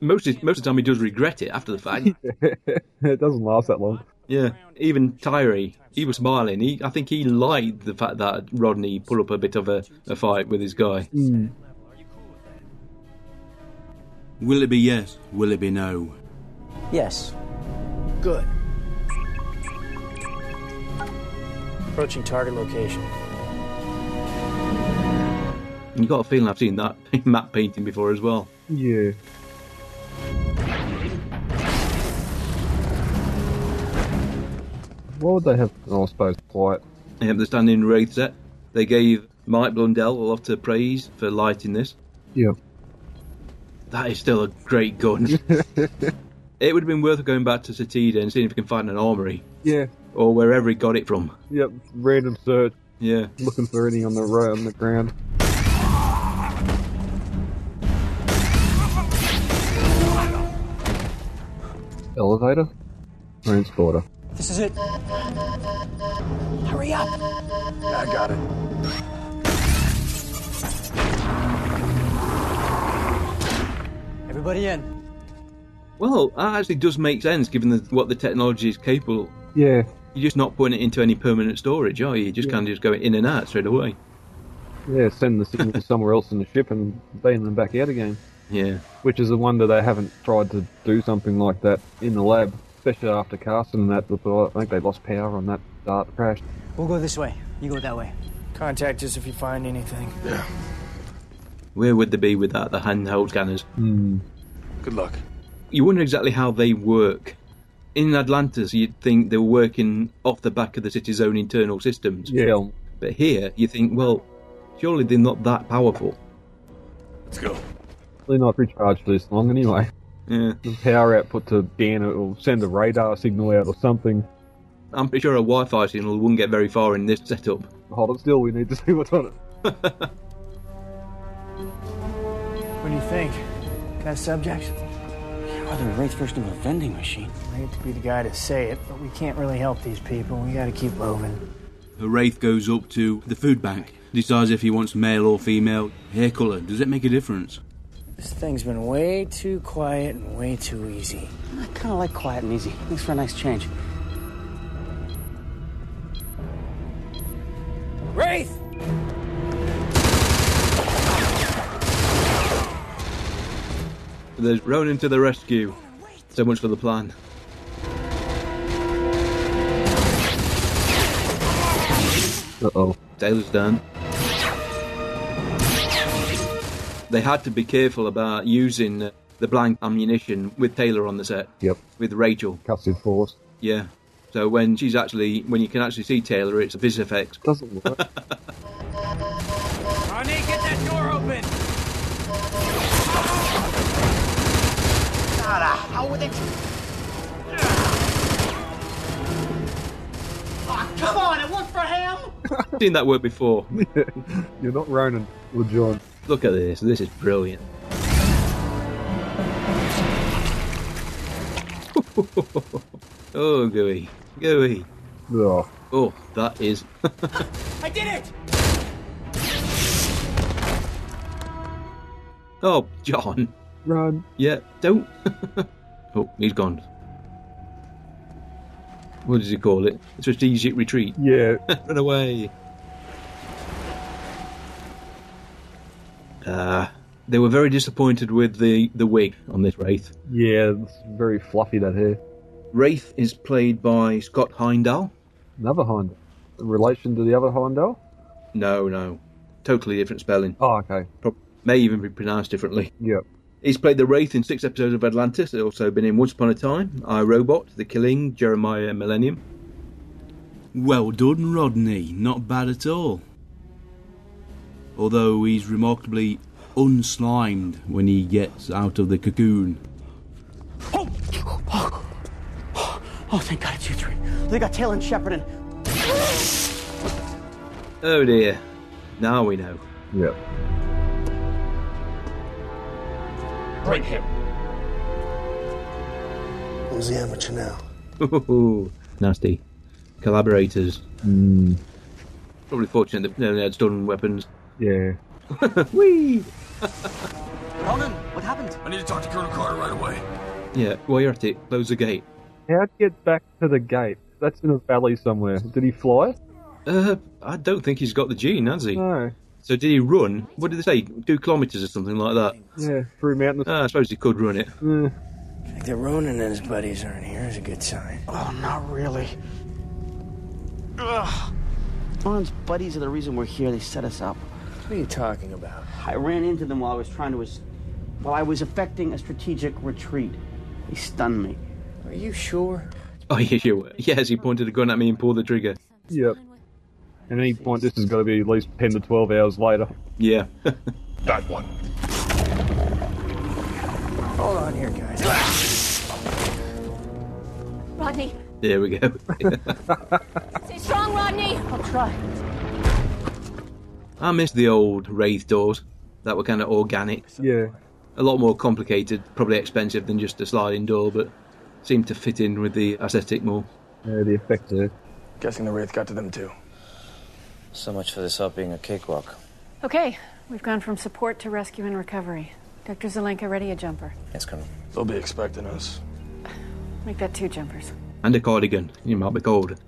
[SPEAKER 2] [laughs]
[SPEAKER 1] Most of, most of the time, he does regret it after the fact.
[SPEAKER 2] it doesn't last that long.
[SPEAKER 1] Yeah, even Tyree, he was smiling. He, I think he liked the fact that Rodney put up a bit of a, a fight with his guy.
[SPEAKER 2] Hmm.
[SPEAKER 1] Will it be yes? Will it be no?
[SPEAKER 9] Yes.
[SPEAKER 15] Good. Approaching target location.
[SPEAKER 1] You got a feeling I've seen that [laughs] map painting before as well.
[SPEAKER 2] Yeah. Why would they have, Oh, I suppose, quiet?
[SPEAKER 1] Yeah, the standing wraith set. They gave Mike Blundell a lot of praise for lighting this.
[SPEAKER 2] Yeah.
[SPEAKER 1] That is still a great gun. it would have been worth going back to Satida and seeing if we can find an armory
[SPEAKER 2] Yeah.
[SPEAKER 1] or wherever he got it from.
[SPEAKER 2] Yep. Random search.
[SPEAKER 1] Yeah.
[SPEAKER 2] Looking for any on the road on the ground. Elevator. Transporter.
[SPEAKER 9] This is it. Hurry up!
[SPEAKER 16] I got it.
[SPEAKER 9] Everybody in.
[SPEAKER 1] Well, that actually does make sense given the, what the technology is capable.
[SPEAKER 2] Yeah.
[SPEAKER 1] You're just not putting it into any permanent storage, are you? You're just kind of just going in and out straight away.
[SPEAKER 2] Yeah, send the signal somewhere else in the ship and beam them back out again.
[SPEAKER 1] Yeah.
[SPEAKER 2] Which is a wonder they haven't tried to do something like that in the lab, especially after Carson and that. but I think they lost power on that dart crash.
[SPEAKER 9] We'll go this way. You go that way.
[SPEAKER 15] Contact us if you find anything. Yeah.
[SPEAKER 1] Where would they be without the handheld scanners?
[SPEAKER 2] Hmm.
[SPEAKER 16] Good luck.
[SPEAKER 1] You wonder exactly how they work. In Atlantis, you'd think they were working off the back of the city's own internal systems.
[SPEAKER 2] Yeah.
[SPEAKER 1] But here, you think, well, surely they're not that powerful.
[SPEAKER 16] Let's go.
[SPEAKER 2] They're not recharged for this long anyway.
[SPEAKER 1] Yeah.
[SPEAKER 2] The power output to Dan, it'll send a radar signal out or something.
[SPEAKER 1] I'm pretty sure a Wi Fi signal wouldn't get very far in this setup.
[SPEAKER 2] Hold it still, we need to see what's on it.
[SPEAKER 15] What do you think? Test subject?
[SPEAKER 11] Well, the Wraith's version of a vending machine.
[SPEAKER 15] I hate to be the guy to say it, but we can't really help these people. We gotta keep moving.
[SPEAKER 1] The Wraith goes up to the food bank, decides if he wants male or female. Hair colour, does it make a difference?
[SPEAKER 15] This thing's been way too quiet and way too easy.
[SPEAKER 11] I kind of like quiet and easy. Thanks for a nice change.
[SPEAKER 15] Wraith!
[SPEAKER 1] There's Ronin to the rescue. So much for the plan.
[SPEAKER 2] Uh oh.
[SPEAKER 1] Taylor's done. They had to be careful about using uh, the blank ammunition with Taylor on the set.
[SPEAKER 2] Yep.
[SPEAKER 1] With Rachel.
[SPEAKER 2] Captain Force.
[SPEAKER 1] Yeah. So when she's actually, when you can actually see Taylor, it's vis effect.
[SPEAKER 2] Doesn't work.
[SPEAKER 17] Ronnie, get that door open! God, how would they? Oh, come on! It worked for him.
[SPEAKER 1] [laughs] Seen that word before.
[SPEAKER 2] [laughs] You're not Ronan or John.
[SPEAKER 1] Look at this. This is brilliant. [laughs] oh, gooey, gooey.
[SPEAKER 2] Oh,
[SPEAKER 1] Oh, that is. [laughs]
[SPEAKER 17] I did it.
[SPEAKER 1] oh, John.
[SPEAKER 2] Run.
[SPEAKER 1] Yeah, don't. [laughs] oh, he's gone. What does he call it? Strategic retreat.
[SPEAKER 2] Yeah.
[SPEAKER 1] [laughs] Run away. Uh, they were very disappointed with the, the wig on this Wraith.
[SPEAKER 2] Yeah, it's very fluffy that hair.
[SPEAKER 1] Wraith is played by Scott Heindel.
[SPEAKER 2] Another Heindel. In relation to the other Heindel?
[SPEAKER 1] No, no. Totally different spelling.
[SPEAKER 2] Oh, okay.
[SPEAKER 1] Pro- May even be pronounced differently.
[SPEAKER 2] Yep.
[SPEAKER 1] He's played the Wraith in six episodes of Atlantis. He's also been in Once Upon a Time, I Robot, The Killing, Jeremiah Millennium. Well done, Rodney. Not bad at all. Although he's remarkably unslimed when he gets out of the cocoon.
[SPEAKER 17] Oh, oh, thank God it's you three. They got Taylor and Shepard and.
[SPEAKER 1] Oh dear. Now we know.
[SPEAKER 2] Yep.
[SPEAKER 17] Bring him.
[SPEAKER 13] Who's the amateur now?
[SPEAKER 1] Ooh, nasty. Collaborators.
[SPEAKER 2] Mm.
[SPEAKER 1] Probably fortunate that they only had stun weapons. [laughs]
[SPEAKER 2] Yeah.
[SPEAKER 1] Whee!
[SPEAKER 17] Ronan, what happened? I need to talk to Colonel Carter right away.
[SPEAKER 1] Yeah, while you're at it, close the gate.
[SPEAKER 2] How'd he get back to the gate? That's in a valley somewhere. Did he fly?
[SPEAKER 1] Uh, I don't think he's got the gene, has he?
[SPEAKER 2] No.
[SPEAKER 1] So did he run? What did they say? Two kilometres or something like that?
[SPEAKER 2] Yeah, through mountains.
[SPEAKER 1] Ah, I suppose he could run it. [laughs]
[SPEAKER 2] Yeah.
[SPEAKER 15] Like that Ronan and his buddies aren't here is a good sign.
[SPEAKER 17] Oh, not really. Ugh. Ronan's buddies are the reason we're here. They set us up.
[SPEAKER 15] What are you talking about?
[SPEAKER 11] I ran into them while I was trying to, es- while I was effecting a strategic retreat. They stunned me.
[SPEAKER 15] Are you sure?
[SPEAKER 1] Oh, yeah, sure. Yes, he pointed a gun at me and pulled the trigger.
[SPEAKER 2] Yep. At any point, this has got to be at least 10 to 12 hours later.
[SPEAKER 1] Yeah.
[SPEAKER 2] That one.
[SPEAKER 15] Hold on here, guys.
[SPEAKER 18] Rodney,
[SPEAKER 1] there we
[SPEAKER 2] [laughs]
[SPEAKER 1] go. [laughs]
[SPEAKER 18] stay strong, Rodney. I'll try.
[SPEAKER 1] I miss the old Wraith doors that were kind of organic.
[SPEAKER 2] Yeah.
[SPEAKER 1] A lot more complicated, probably expensive than just a sliding door, but seemed to fit in with the aesthetic more.
[SPEAKER 2] Yeah, Uh, the effect there.
[SPEAKER 16] Guessing the Wraith got to them too.
[SPEAKER 15] So much for this up being a cakewalk.
[SPEAKER 18] Okay, we've gone from support to rescue and recovery. Dr. Zelenka, ready a jumper.
[SPEAKER 15] Yes, Colonel.
[SPEAKER 16] They'll be expecting us.
[SPEAKER 18] Make that two jumpers.
[SPEAKER 1] And a cardigan. You might be cold.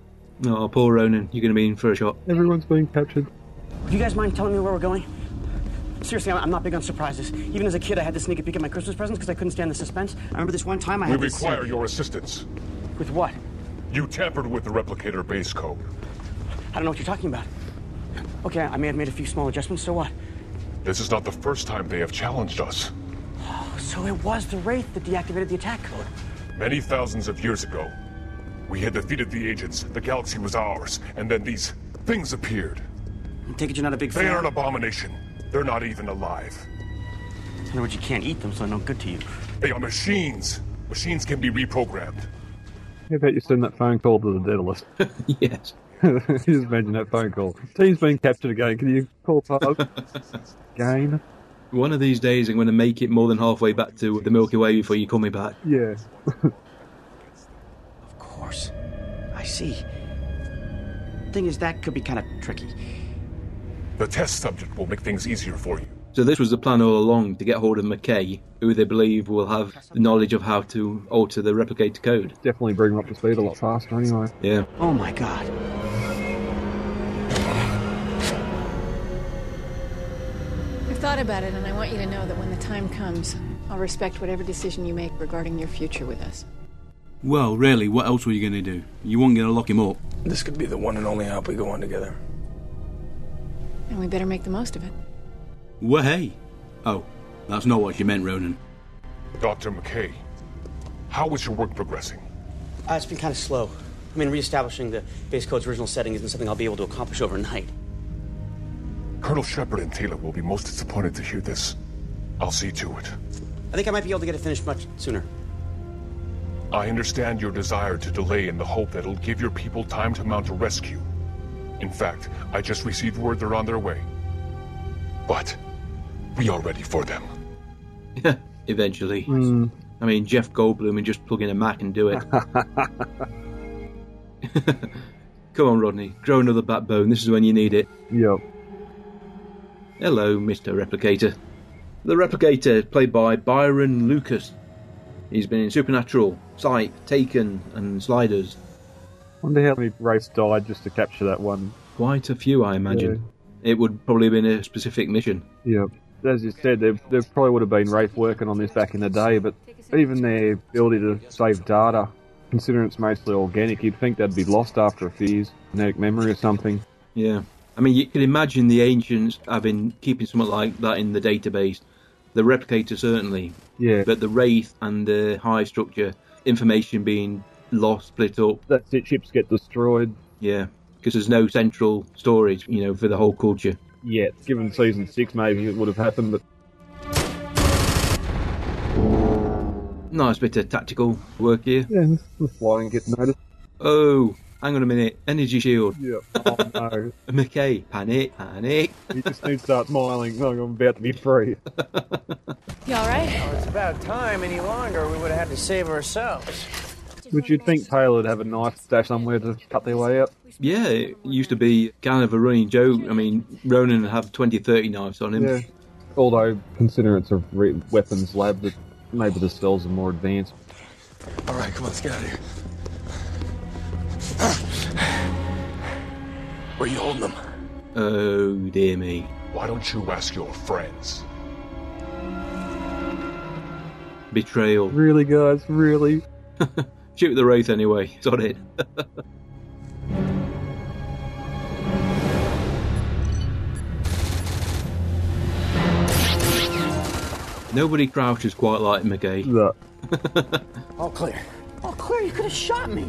[SPEAKER 1] Oh, poor Ronan. You're going to be in for a shock.
[SPEAKER 2] [laughs] Everyone's being captured.
[SPEAKER 11] Do you guys mind telling me where we're going? Seriously, I'm I'm not big on surprises. Even as a kid, I had to sneak a peek at my Christmas presents because I couldn't stand the suspense. I remember this one time I
[SPEAKER 19] We
[SPEAKER 11] had this. uh,
[SPEAKER 19] require your assistance.
[SPEAKER 11] With what?
[SPEAKER 19] You tampered with the replicator base code.
[SPEAKER 11] I don't know what you're talking about. Okay, I may have made a few small adjustments, so what?
[SPEAKER 19] This is not the first time they have challenged us.
[SPEAKER 11] Oh, So it was the Wraith that deactivated the attack code.
[SPEAKER 19] Many thousands of years ago, we had defeated the agents, the galaxy was ours, and then these things appeared.
[SPEAKER 11] Take it you're not a big
[SPEAKER 19] They
[SPEAKER 11] fan.
[SPEAKER 19] are an abomination. They're not even alive.
[SPEAKER 11] In other words, you can't eat them, so no good to you.
[SPEAKER 19] They are machines. Machines can be reprogrammed.
[SPEAKER 2] How about you send that phone call to the Daedalus?
[SPEAKER 1] [laughs] yes.
[SPEAKER 2] [laughs] Just imagine that phone call. Team's been captured again. Can you call
[SPEAKER 1] [laughs]
[SPEAKER 2] Pug? Again?
[SPEAKER 1] One of these days, I'm going to make it more than halfway back to the Milky Way before you call me back.
[SPEAKER 2] Yeah.
[SPEAKER 11] [laughs] Of course. I see. Thing is, that could be kind of tricky.
[SPEAKER 19] The test subject will make things easier for you.
[SPEAKER 1] So this was the plan all along to get hold of McKay, who they believe will have the knowledge of how to alter the replicator code.
[SPEAKER 2] Definitely bring him up to speed a lot faster anyway.
[SPEAKER 1] Yeah.
[SPEAKER 11] Oh my god.
[SPEAKER 12] I've thought about it, and I want you to know that when the time comes,
[SPEAKER 18] I'll respect whatever decision you make regarding your future with us.
[SPEAKER 1] Well, really, what else were you going to do? You weren't going to lock him up.
[SPEAKER 16] This could be the one and only hop we go on together.
[SPEAKER 18] And we better make the most of it.
[SPEAKER 1] Well, hey. Oh, that's not what you meant, Ronan.
[SPEAKER 19] Dr. McKay, how is your work progressing?
[SPEAKER 11] Uh, it's been kind of slow. I mean, reestablishing the base code's original setting isn't something I'll be able to accomplish overnight.
[SPEAKER 19] Colonel Shepard and Taylor will be most disappointed to hear this. I'll see to it.
[SPEAKER 11] I think I might be able to get it finished much sooner.
[SPEAKER 19] I understand your desire to delay in the hope that it'll give your people time to mount a rescue. In fact, I just received word they're on their way. But we are ready for them.
[SPEAKER 1] Eventually.
[SPEAKER 2] Hmm.
[SPEAKER 1] I mean, Jeff Goldblum and just plug in a Mac and do it. Come on, Rodney, grow another backbone. This is when you need it.
[SPEAKER 2] Yep.
[SPEAKER 1] Hello, Mr. Replicator. The Replicator, is played by Byron Lucas. He's been in Supernatural, Sight, Taken, and Sliders.
[SPEAKER 2] Wonder how many race died just to capture that one.
[SPEAKER 1] Quite a few, I imagine. It would probably have been a specific mission.
[SPEAKER 2] Yeah. As you said, there, there probably would have been Wraith working on this back in the day, but even their ability to save data, considering it's mostly organic, you'd think that'd be lost after a few years, genetic memory or something.
[SPEAKER 1] Yeah. I mean, you can imagine the ancients having keeping something like that in the database. The replicator certainly,
[SPEAKER 2] Yeah.
[SPEAKER 1] but the wraith and the high structure information being lost, split up.
[SPEAKER 2] That's it. Ships get destroyed.
[SPEAKER 1] Yeah, because there's no central storage, you know, for the whole culture.
[SPEAKER 2] Yeah, given season six, maybe it would have happened, but
[SPEAKER 1] Nice bit of tactical work here.
[SPEAKER 2] yeah, the flying get noticed.
[SPEAKER 1] Oh, hang on a minute. Energy shield.
[SPEAKER 2] Yeah. Oh no.
[SPEAKER 1] [laughs] McKay, panic, panic.
[SPEAKER 2] You just need to start smiling. Like Oh, I'm about to be free.
[SPEAKER 20] You all right?
[SPEAKER 15] Oh, It's about time. Any longer, we would have had to save ourselves.
[SPEAKER 2] Would you think Taylor'd have a knife stashed somewhere to cut their way out?
[SPEAKER 1] Yeah, it used to be kind of a running joke. I mean, Ronan would have 20, 30 knives on him.
[SPEAKER 2] Yeah. Although, considering it's a re- weapons lab, that maybe the cells are more advanced.
[SPEAKER 16] All right, come on, let's get out of here.
[SPEAKER 19] Where are you holding them?
[SPEAKER 1] Oh, dear me.
[SPEAKER 19] Why don't you ask your friends?
[SPEAKER 1] Betrayal.
[SPEAKER 2] Really, guys, really.
[SPEAKER 1] Shoot the wraith anyway. [laughs] It's on it. Nobody crouches quite like McGee. [laughs]
[SPEAKER 15] All clear.
[SPEAKER 20] Oh, Claire, you could have shot me.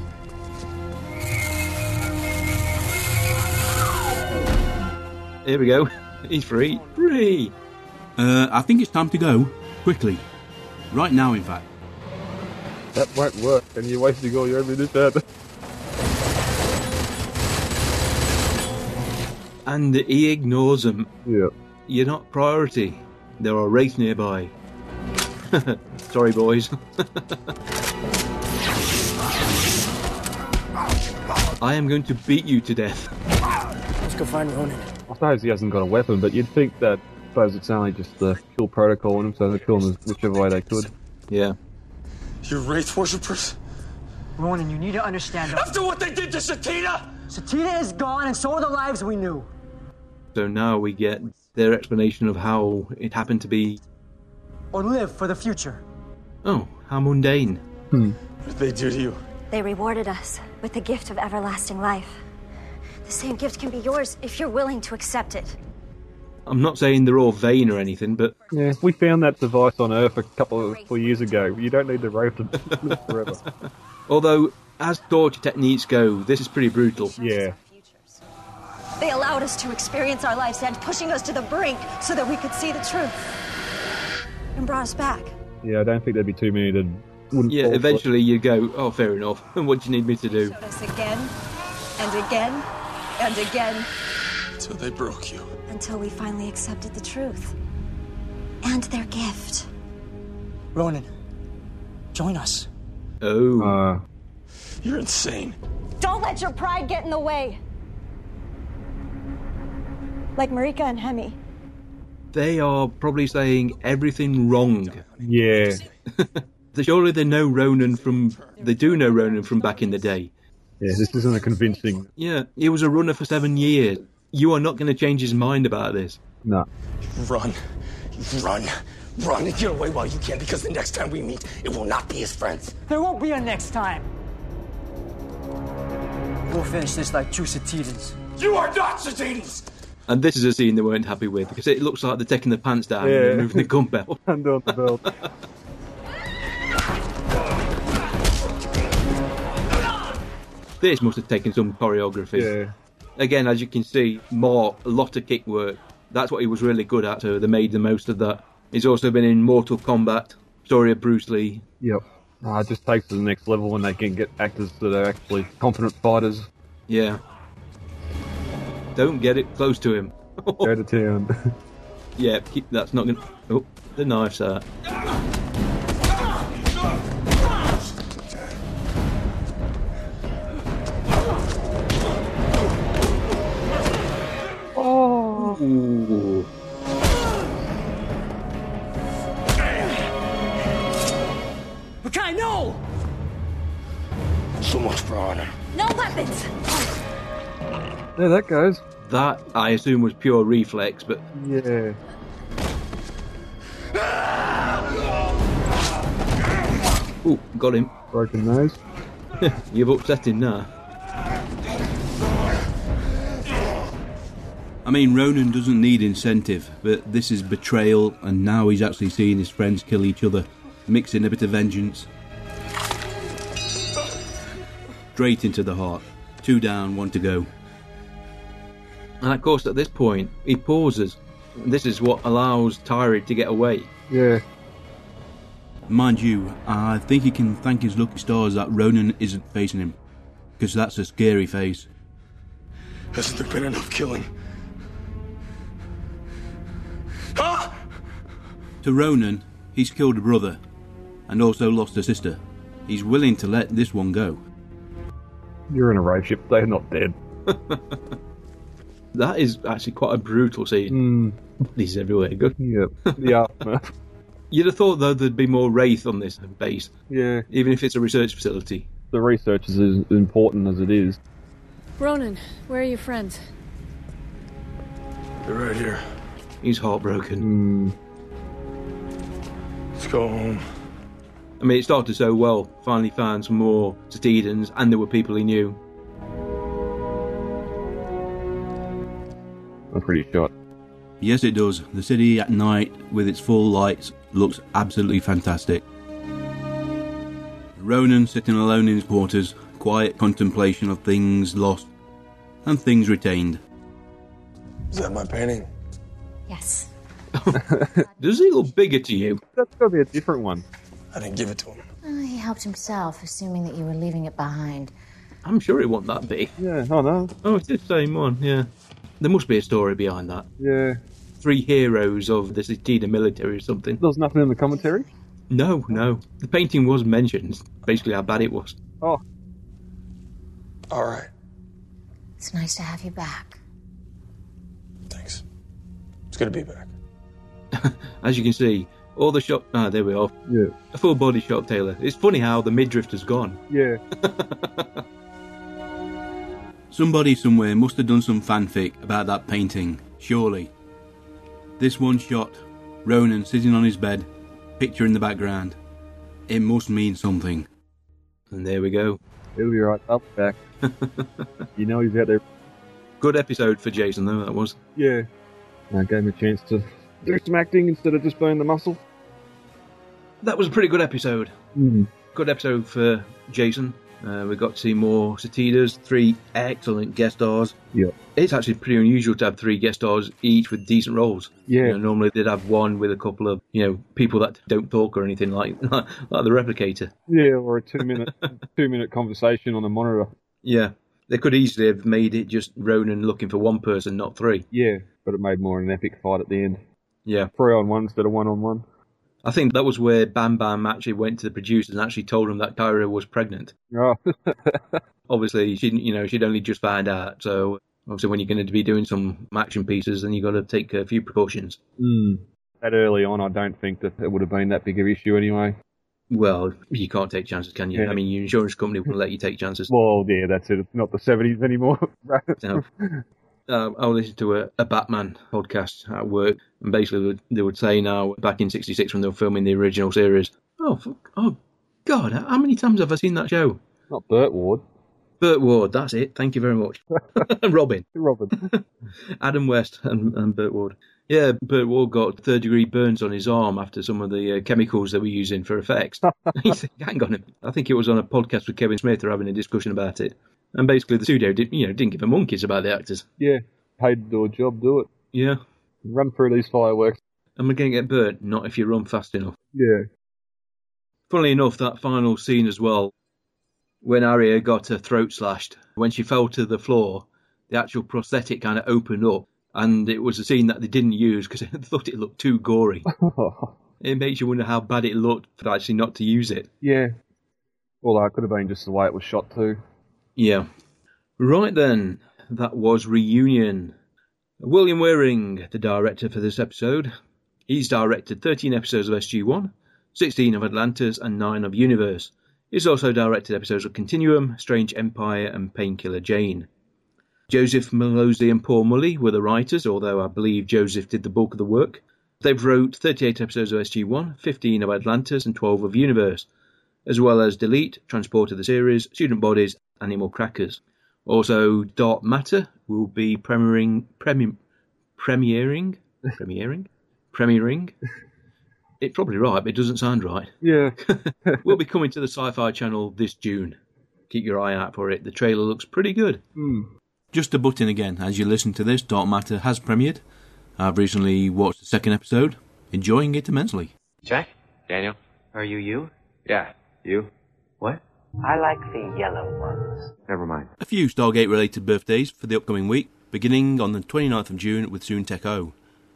[SPEAKER 1] Here we go. [laughs] He's free. Free! Uh, I think it's time to go. Quickly. Right now, in fact.
[SPEAKER 2] That won't work, and you're wasting all your every minute.
[SPEAKER 1] And he ignores them.
[SPEAKER 2] Yeah.
[SPEAKER 1] You're not priority. There are wraiths nearby. [laughs] Sorry, boys. [laughs] I am going to beat you to death.
[SPEAKER 15] Let's go find Ronan.
[SPEAKER 2] I suppose he hasn't got a weapon, but you'd think that. I suppose it's only just the kill protocol on him, so they kill him whichever way they could.
[SPEAKER 1] Yeah.
[SPEAKER 16] You wraith worshippers?
[SPEAKER 9] Ronan, you need to understand.
[SPEAKER 16] After what they did to Satina!
[SPEAKER 9] Satina is gone, and so are the lives we knew.
[SPEAKER 1] So now we get their explanation of how it happened to be.
[SPEAKER 9] Or live for the future.
[SPEAKER 1] Oh, how mundane.
[SPEAKER 2] Hmm.
[SPEAKER 16] What did they do to you?
[SPEAKER 10] They rewarded us with the gift of everlasting life. The same gift can be yours if you're willing to accept it.
[SPEAKER 1] I'm not saying they're all vain or anything, but
[SPEAKER 2] Yeah, we found that device on Earth a couple of four years ago. You don't need the rope to [laughs] live forever.
[SPEAKER 1] although as torture techniques go, this is pretty brutal.
[SPEAKER 2] Yeah.
[SPEAKER 20] They allowed us to experience our life's end, pushing us to the brink so that we could see the truth. And brought us back.
[SPEAKER 2] Yeah, I don't think there'd be too many that wouldn't.
[SPEAKER 1] Yeah,
[SPEAKER 2] fall for it.
[SPEAKER 1] eventually you go, oh, fair enough. [laughs] And what do you need me to do?
[SPEAKER 20] Showed us again and again and again
[SPEAKER 16] So they broke you.
[SPEAKER 10] Until we finally accepted the truth. And their gift.
[SPEAKER 9] Ronan, join us.
[SPEAKER 1] Oh.
[SPEAKER 16] You're insane.
[SPEAKER 20] Don't let your pride get in the way. Like Marika and Hemi.
[SPEAKER 1] They are probably saying everything wrong.
[SPEAKER 2] Yeah.
[SPEAKER 1] Surely [laughs] they know Ronan from. They do know Ronan from back in the day.
[SPEAKER 2] Yeah, this isn't a convincing.
[SPEAKER 1] Yeah, he was a runner for seven years. You are not going to change his mind about this.
[SPEAKER 2] No.
[SPEAKER 16] Run. Run.
[SPEAKER 17] Run and get away while you can because the next time we meet, it will not be as friends.
[SPEAKER 9] There won't be a next time. We'll finish this like true Satidans.
[SPEAKER 17] You are not Satidans!
[SPEAKER 1] And this is a scene they weren't happy with because it looks like they're taking their pants down and
[SPEAKER 2] Yeah.
[SPEAKER 1] they're moving the gun belt.
[SPEAKER 2] I'm doing the belt.
[SPEAKER 11] [laughs]
[SPEAKER 1] This must have taken some choreography.
[SPEAKER 2] Yeah.
[SPEAKER 1] Again, as you can see, more a lot of kick work. That's what he was really good at, so they made the most of that. He's also been in Mortal Kombat, Story of Bruce Lee.
[SPEAKER 2] Yep. Ah, it just takes it to the next level when they can get actors that are actually confident fighters.
[SPEAKER 1] Yeah. Don't get it close to him. [laughs]
[SPEAKER 2] Go to town. [laughs]
[SPEAKER 1] Yeah, keep, that's not going to. Oh, the knife's out.
[SPEAKER 14] 어.
[SPEAKER 17] Oh.
[SPEAKER 1] Ooh.
[SPEAKER 17] Okay, no! So much for honor.
[SPEAKER 20] No weapons!
[SPEAKER 2] There that goes.
[SPEAKER 1] That, I assume, was pure reflex, but.
[SPEAKER 2] Yeah.
[SPEAKER 1] Ooh, got him.
[SPEAKER 2] Broken nose.
[SPEAKER 1] [laughs] You've upset him now. I mean, Ronan doesn't need incentive, but this is betrayal, and now he's actually seeing his friends kill each other, mixing a bit of vengeance. Straight into the heart. Two down, one to go. And of course, at this point, he pauses. This is what allows Tyree to get away.
[SPEAKER 2] Yeah.
[SPEAKER 1] Mind you, I think he can thank his lucky stars that Ronan isn't facing him, because that's a scary face.
[SPEAKER 16] Hasn't there been enough killing? Huh?
[SPEAKER 1] To Ronan, he's killed a brother and also lost a sister. He's willing to let this one go.
[SPEAKER 2] You're in a rape ship. They're not dead.
[SPEAKER 1] That is actually quite a brutal scene. Bodies everywhere. Good.
[SPEAKER 2] Yep. Hmm. The aftermath.
[SPEAKER 1] [laughs] You'd have thought though there'd be more wraith on this base,
[SPEAKER 2] Yeah.
[SPEAKER 1] even if it's a research facility.
[SPEAKER 2] The research is as important as it is.
[SPEAKER 18] Ronan, where are your friends?
[SPEAKER 16] They're right here.
[SPEAKER 1] He's heartbroken.
[SPEAKER 16] Let's go home.
[SPEAKER 1] I mean, it started so well. Finally, found some more Stedens, and there were people he knew.
[SPEAKER 2] I'm pretty shot.
[SPEAKER 1] Yes, it does. The city at night with its full lights looks absolutely fantastic. Ronan sitting alone in his quarters, quiet contemplation of things lost and things retained.
[SPEAKER 16] Is that my painting?
[SPEAKER 7] Yes.
[SPEAKER 1] [laughs] Does he look bigger to you?
[SPEAKER 2] That's got to be a different one.
[SPEAKER 16] I didn't give it to him.
[SPEAKER 7] Uh, he helped himself, assuming that you were leaving it behind.
[SPEAKER 1] I'm sure it wasn't that big.
[SPEAKER 2] Yeah, I know.
[SPEAKER 1] Oh, it's the same one, yeah. There must be a story behind that.
[SPEAKER 2] Yeah.
[SPEAKER 1] Three heroes of the Cetina military or something.
[SPEAKER 2] There's nothing in the commentary.
[SPEAKER 1] No, no. The painting was mentioned, basically how bad it was.
[SPEAKER 2] Oh.
[SPEAKER 16] All right.
[SPEAKER 7] It's nice to have you back.
[SPEAKER 16] Thanks. It's good to be back.
[SPEAKER 1] As you can see, all the shot. Ah, there we are.
[SPEAKER 2] Yeah.
[SPEAKER 1] A full body shot, Taylor. It's funny how the midriff has gone.
[SPEAKER 2] Yeah.
[SPEAKER 1] Somebody somewhere must have done some fanfic about that painting, surely. This one shot, Ronan sitting on his bed, picture in the background. It must mean something. And there we go.
[SPEAKER 2] He'll be right up
[SPEAKER 1] [laughs]
[SPEAKER 2] back. you know he's out there.
[SPEAKER 1] Good episode for Jason, though, that was.
[SPEAKER 2] [laughs] Yeah. I gave him a chance to do some acting instead of just burning the muscle.
[SPEAKER 1] That was a pretty good episode.
[SPEAKER 2] Mm.
[SPEAKER 1] Good episode for Jason. Uh, we got to see more Satidas, three excellent guest stars.
[SPEAKER 2] Yeah.
[SPEAKER 1] It's actually pretty unusual to have three guest stars, each with decent roles.
[SPEAKER 2] Yeah.
[SPEAKER 1] You know, normally they'd have one with a couple of, you know, people that don't talk or anything like, [laughs] like the replicator.
[SPEAKER 2] Yeah, or a two
[SPEAKER 1] [laughs]
[SPEAKER 2] minute two minute conversation on the monitor.
[SPEAKER 1] Yeah. They could easily have made it just Ronan looking for one person, not three.
[SPEAKER 2] Yeah, but it made more an epic fight at the end.
[SPEAKER 1] Yeah.
[SPEAKER 2] Three on one instead of one on one.
[SPEAKER 1] I think that was where Bam Bam actually went to the producers and actually told them that Kyra was pregnant.
[SPEAKER 2] [laughs] Oh.
[SPEAKER 1] Obviously, she didn't- you know she'd only just found out. So obviously, when you're going to be doing some action pieces, then you got to take a few precautions.
[SPEAKER 2] Mm. That early on, I don't think that it would have been that big of issue anyway.
[SPEAKER 1] Well, you can't take chances, can you?
[SPEAKER 2] Yeah.
[SPEAKER 1] I mean, your insurance company won't let you take chances.
[SPEAKER 2] Well, yeah, that's it. It's not the 70s anymore.
[SPEAKER 1] So, Uh, I was listening to a, a Batman podcast at work, and basically they would- they would say now, back in '66 when they were filming the original series, oh, fuck, oh, God, how many times have I seen that show?
[SPEAKER 2] Not Burt Ward.
[SPEAKER 1] Burt Ward, that's it. Thank you very much. [laughs] Robin.
[SPEAKER 2] Robin.
[SPEAKER 1] [laughs] Adam West and, and Burt Ward. Yeah, Burt Ward got third degree burns on his arm after some of the uh, chemicals they were using for effects. You think, Hang on, a minute. I think it was on a podcast with Kevin Smith. They're having a discussion about it, and basically the studio did, you know didn't give a monkeys about the actors.
[SPEAKER 2] Yeah, paid to do a job, do it.
[SPEAKER 1] Yeah,
[SPEAKER 2] run through these fireworks.
[SPEAKER 1] And we're going to get burnt, not if you run fast enough.
[SPEAKER 2] Yeah. [laughs]
[SPEAKER 1] Funnily enough, that final scene as well, when Arya got her throat slashed, when she fell to the floor, the actual prosthetic kind of opened up, and it was a scene that they didn't use because [laughs] they thought it looked too gory. it makes you wonder how bad it looked for actually not to use it.
[SPEAKER 2] Yeah. Although it could have been just the way it was shot too.
[SPEAKER 1] Yeah. Right then, that was Reunion. William Waring, the director for this episode, he's directed 13 episodes of SG1, 16 of Atlantis, and 9 of Universe. He's also directed episodes of Continuum, Strange Empire, and Painkiller Jane. Joseph Malozzi and Paul Mully were the writers, although I believe Joseph did the bulk of the work. They've wrote 38 episodes of SG1, 15 of Atlantis, and 12 of Universe as well as Delete, Transport of the Series, Student Bodies, Animal Crackers. Also, Dark Matter will be premiering, premi- premiering, premiering, premiering. [laughs] It's probably right, but it doesn't sound [laughs] right.
[SPEAKER 2] Yeah.
[SPEAKER 1] will be coming to the Sci Fi Channel this June. Keep your eye out for it. The trailer looks pretty good.
[SPEAKER 2] Hmm.
[SPEAKER 1] Just a button again, as you listen to this, Dark Matter has premiered. I've recently watched the second episode, enjoying it immensely.
[SPEAKER 21] Jack? Daniel? Are you you? Yeah, you. What?
[SPEAKER 22] I like the yellow ones.
[SPEAKER 21] Never mind.
[SPEAKER 1] A few Stargate related birthdays for the upcoming week, beginning on the 29th of June with Soon Tek O,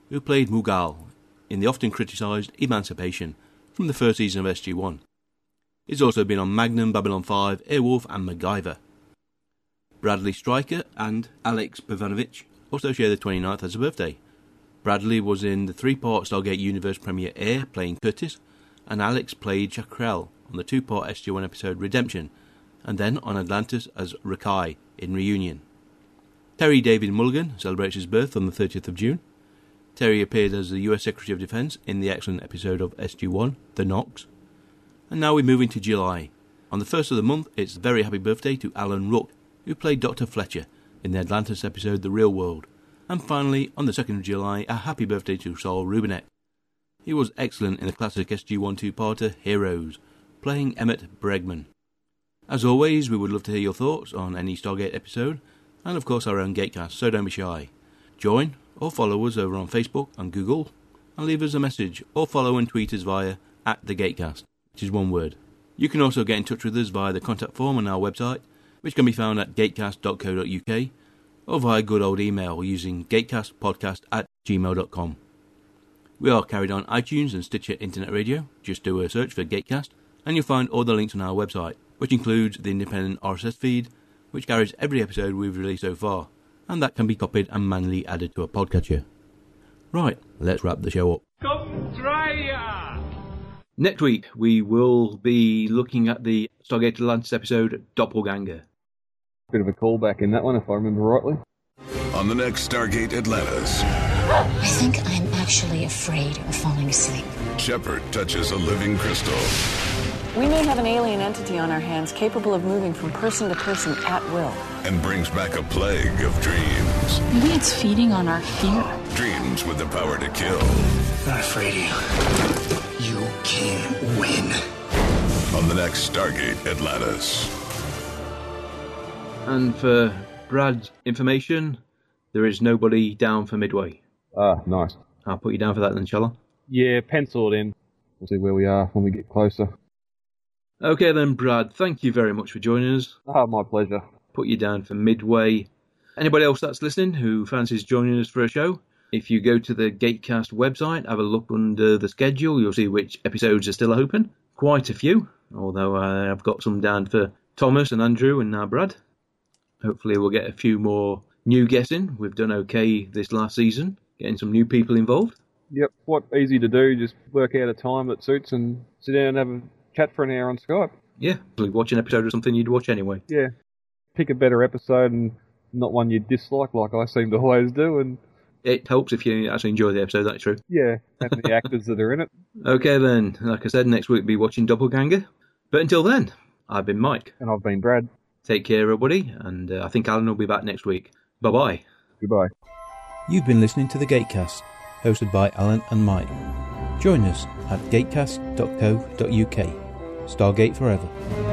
[SPEAKER 1] who played Mughal in the often criticised Emancipation from the first season of SG1. He's also been on Magnum, Babylon 5, Airwolf, and MacGyver. Bradley Stryker and Alex Pavanovich also share the 29th as a birthday. Bradley was in the three part Stargate Universe premiere Air playing Curtis, and Alex played Chakrell on the two part SG1 episode Redemption, and then on Atlantis as Rakai in Reunion. Terry David Mulligan celebrates his birth on the 30th of June. Terry appeared as the US Secretary of Defense in the excellent episode of SG1, The Knox. And now we move into July. On the first of the month, it's a very happy birthday to Alan Rook, who played Dr. Fletcher in the Atlantis episode The Real World. And finally, on the 2nd of July, a happy birthday to Saul Rubinek. He was excellent in the classic SG1 two parter Heroes, playing Emmett Bregman. As always, we would love to hear your thoughts on any Stargate episode, and of course our own Gatecast, so don't be shy. Join or follow us over on Facebook and Google, and leave us a message or follow and tweet us via at the Gatecast, which is one word. You can also get in touch with us via the contact form on our website, which can be found at gatecast.co.uk, or via good old email using gatecastpodcast at gmail.com. We are carried on iTunes and Stitcher Internet Radio. Just do a search for Gatecast, and you'll find all the links on our website, which includes the independent RSS feed, which carries every episode we've released so far, and that can be copied and manually added to a podcatcher. Right, let's wrap the show up.
[SPEAKER 17] Come try ya!
[SPEAKER 1] Next week, we will be looking at the Stargate Atlantis episode Doppelganger.
[SPEAKER 2] Bit of a callback in that one, if I remember rightly.
[SPEAKER 23] On the next Stargate Atlantis,
[SPEAKER 7] I think I'm actually afraid of falling asleep.
[SPEAKER 23] Shepard touches a living crystal.
[SPEAKER 12] We may have an alien entity on our hands capable of moving from person to person at will.
[SPEAKER 23] and brings back a plague of dreams.
[SPEAKER 12] Maybe it's feeding on our fear.
[SPEAKER 23] Dreams with the power to kill. Not afraid of you. You can win. On the next Stargate Atlantis.
[SPEAKER 1] And for Brad's information, there is nobody down for Midway.
[SPEAKER 2] Ah, nice.
[SPEAKER 1] I'll put you down for that then, shall I?
[SPEAKER 2] Yeah, penciled in. We'll see where we are when we get closer.
[SPEAKER 1] Okay then, Brad. Thank you very much for joining us.
[SPEAKER 2] Ah, my pleasure.
[SPEAKER 1] Put you down for midway. Anybody else that's listening who fancies joining us for a show, if you go to the Gatecast website, have a look under the schedule. You'll see which episodes are still open. Quite a few, although uh, I've got some down for Thomas and Andrew and now Brad. Hopefully, we'll get a few more new guests in. We've done okay this last season, getting some new people involved.
[SPEAKER 2] Yep, what easy to do. Just work out a time that suits and sit down and have a chat for an hour on Skype.
[SPEAKER 1] Yeah, probably watch an episode or something you'd watch anyway.
[SPEAKER 2] Yeah. Pick a better episode and not one you dislike, like I seem to always do. And
[SPEAKER 1] It helps if you actually enjoy the episode, that's true.
[SPEAKER 2] yeah, and
[SPEAKER 1] [laughs]
[SPEAKER 2] the actors that are in it.
[SPEAKER 1] Okay then, like I said, next week we'll be watching Doppelganger. But until then, I've been Mike.
[SPEAKER 2] And I've been Brad.
[SPEAKER 1] Take care, everybody, and uh, I think Alan will be back next week. Bye bye.
[SPEAKER 2] Goodbye.
[SPEAKER 3] You've been listening to The Gatecast, hosted by Alan and Mike. Join us at gatecast.co.uk. Stargate Forever.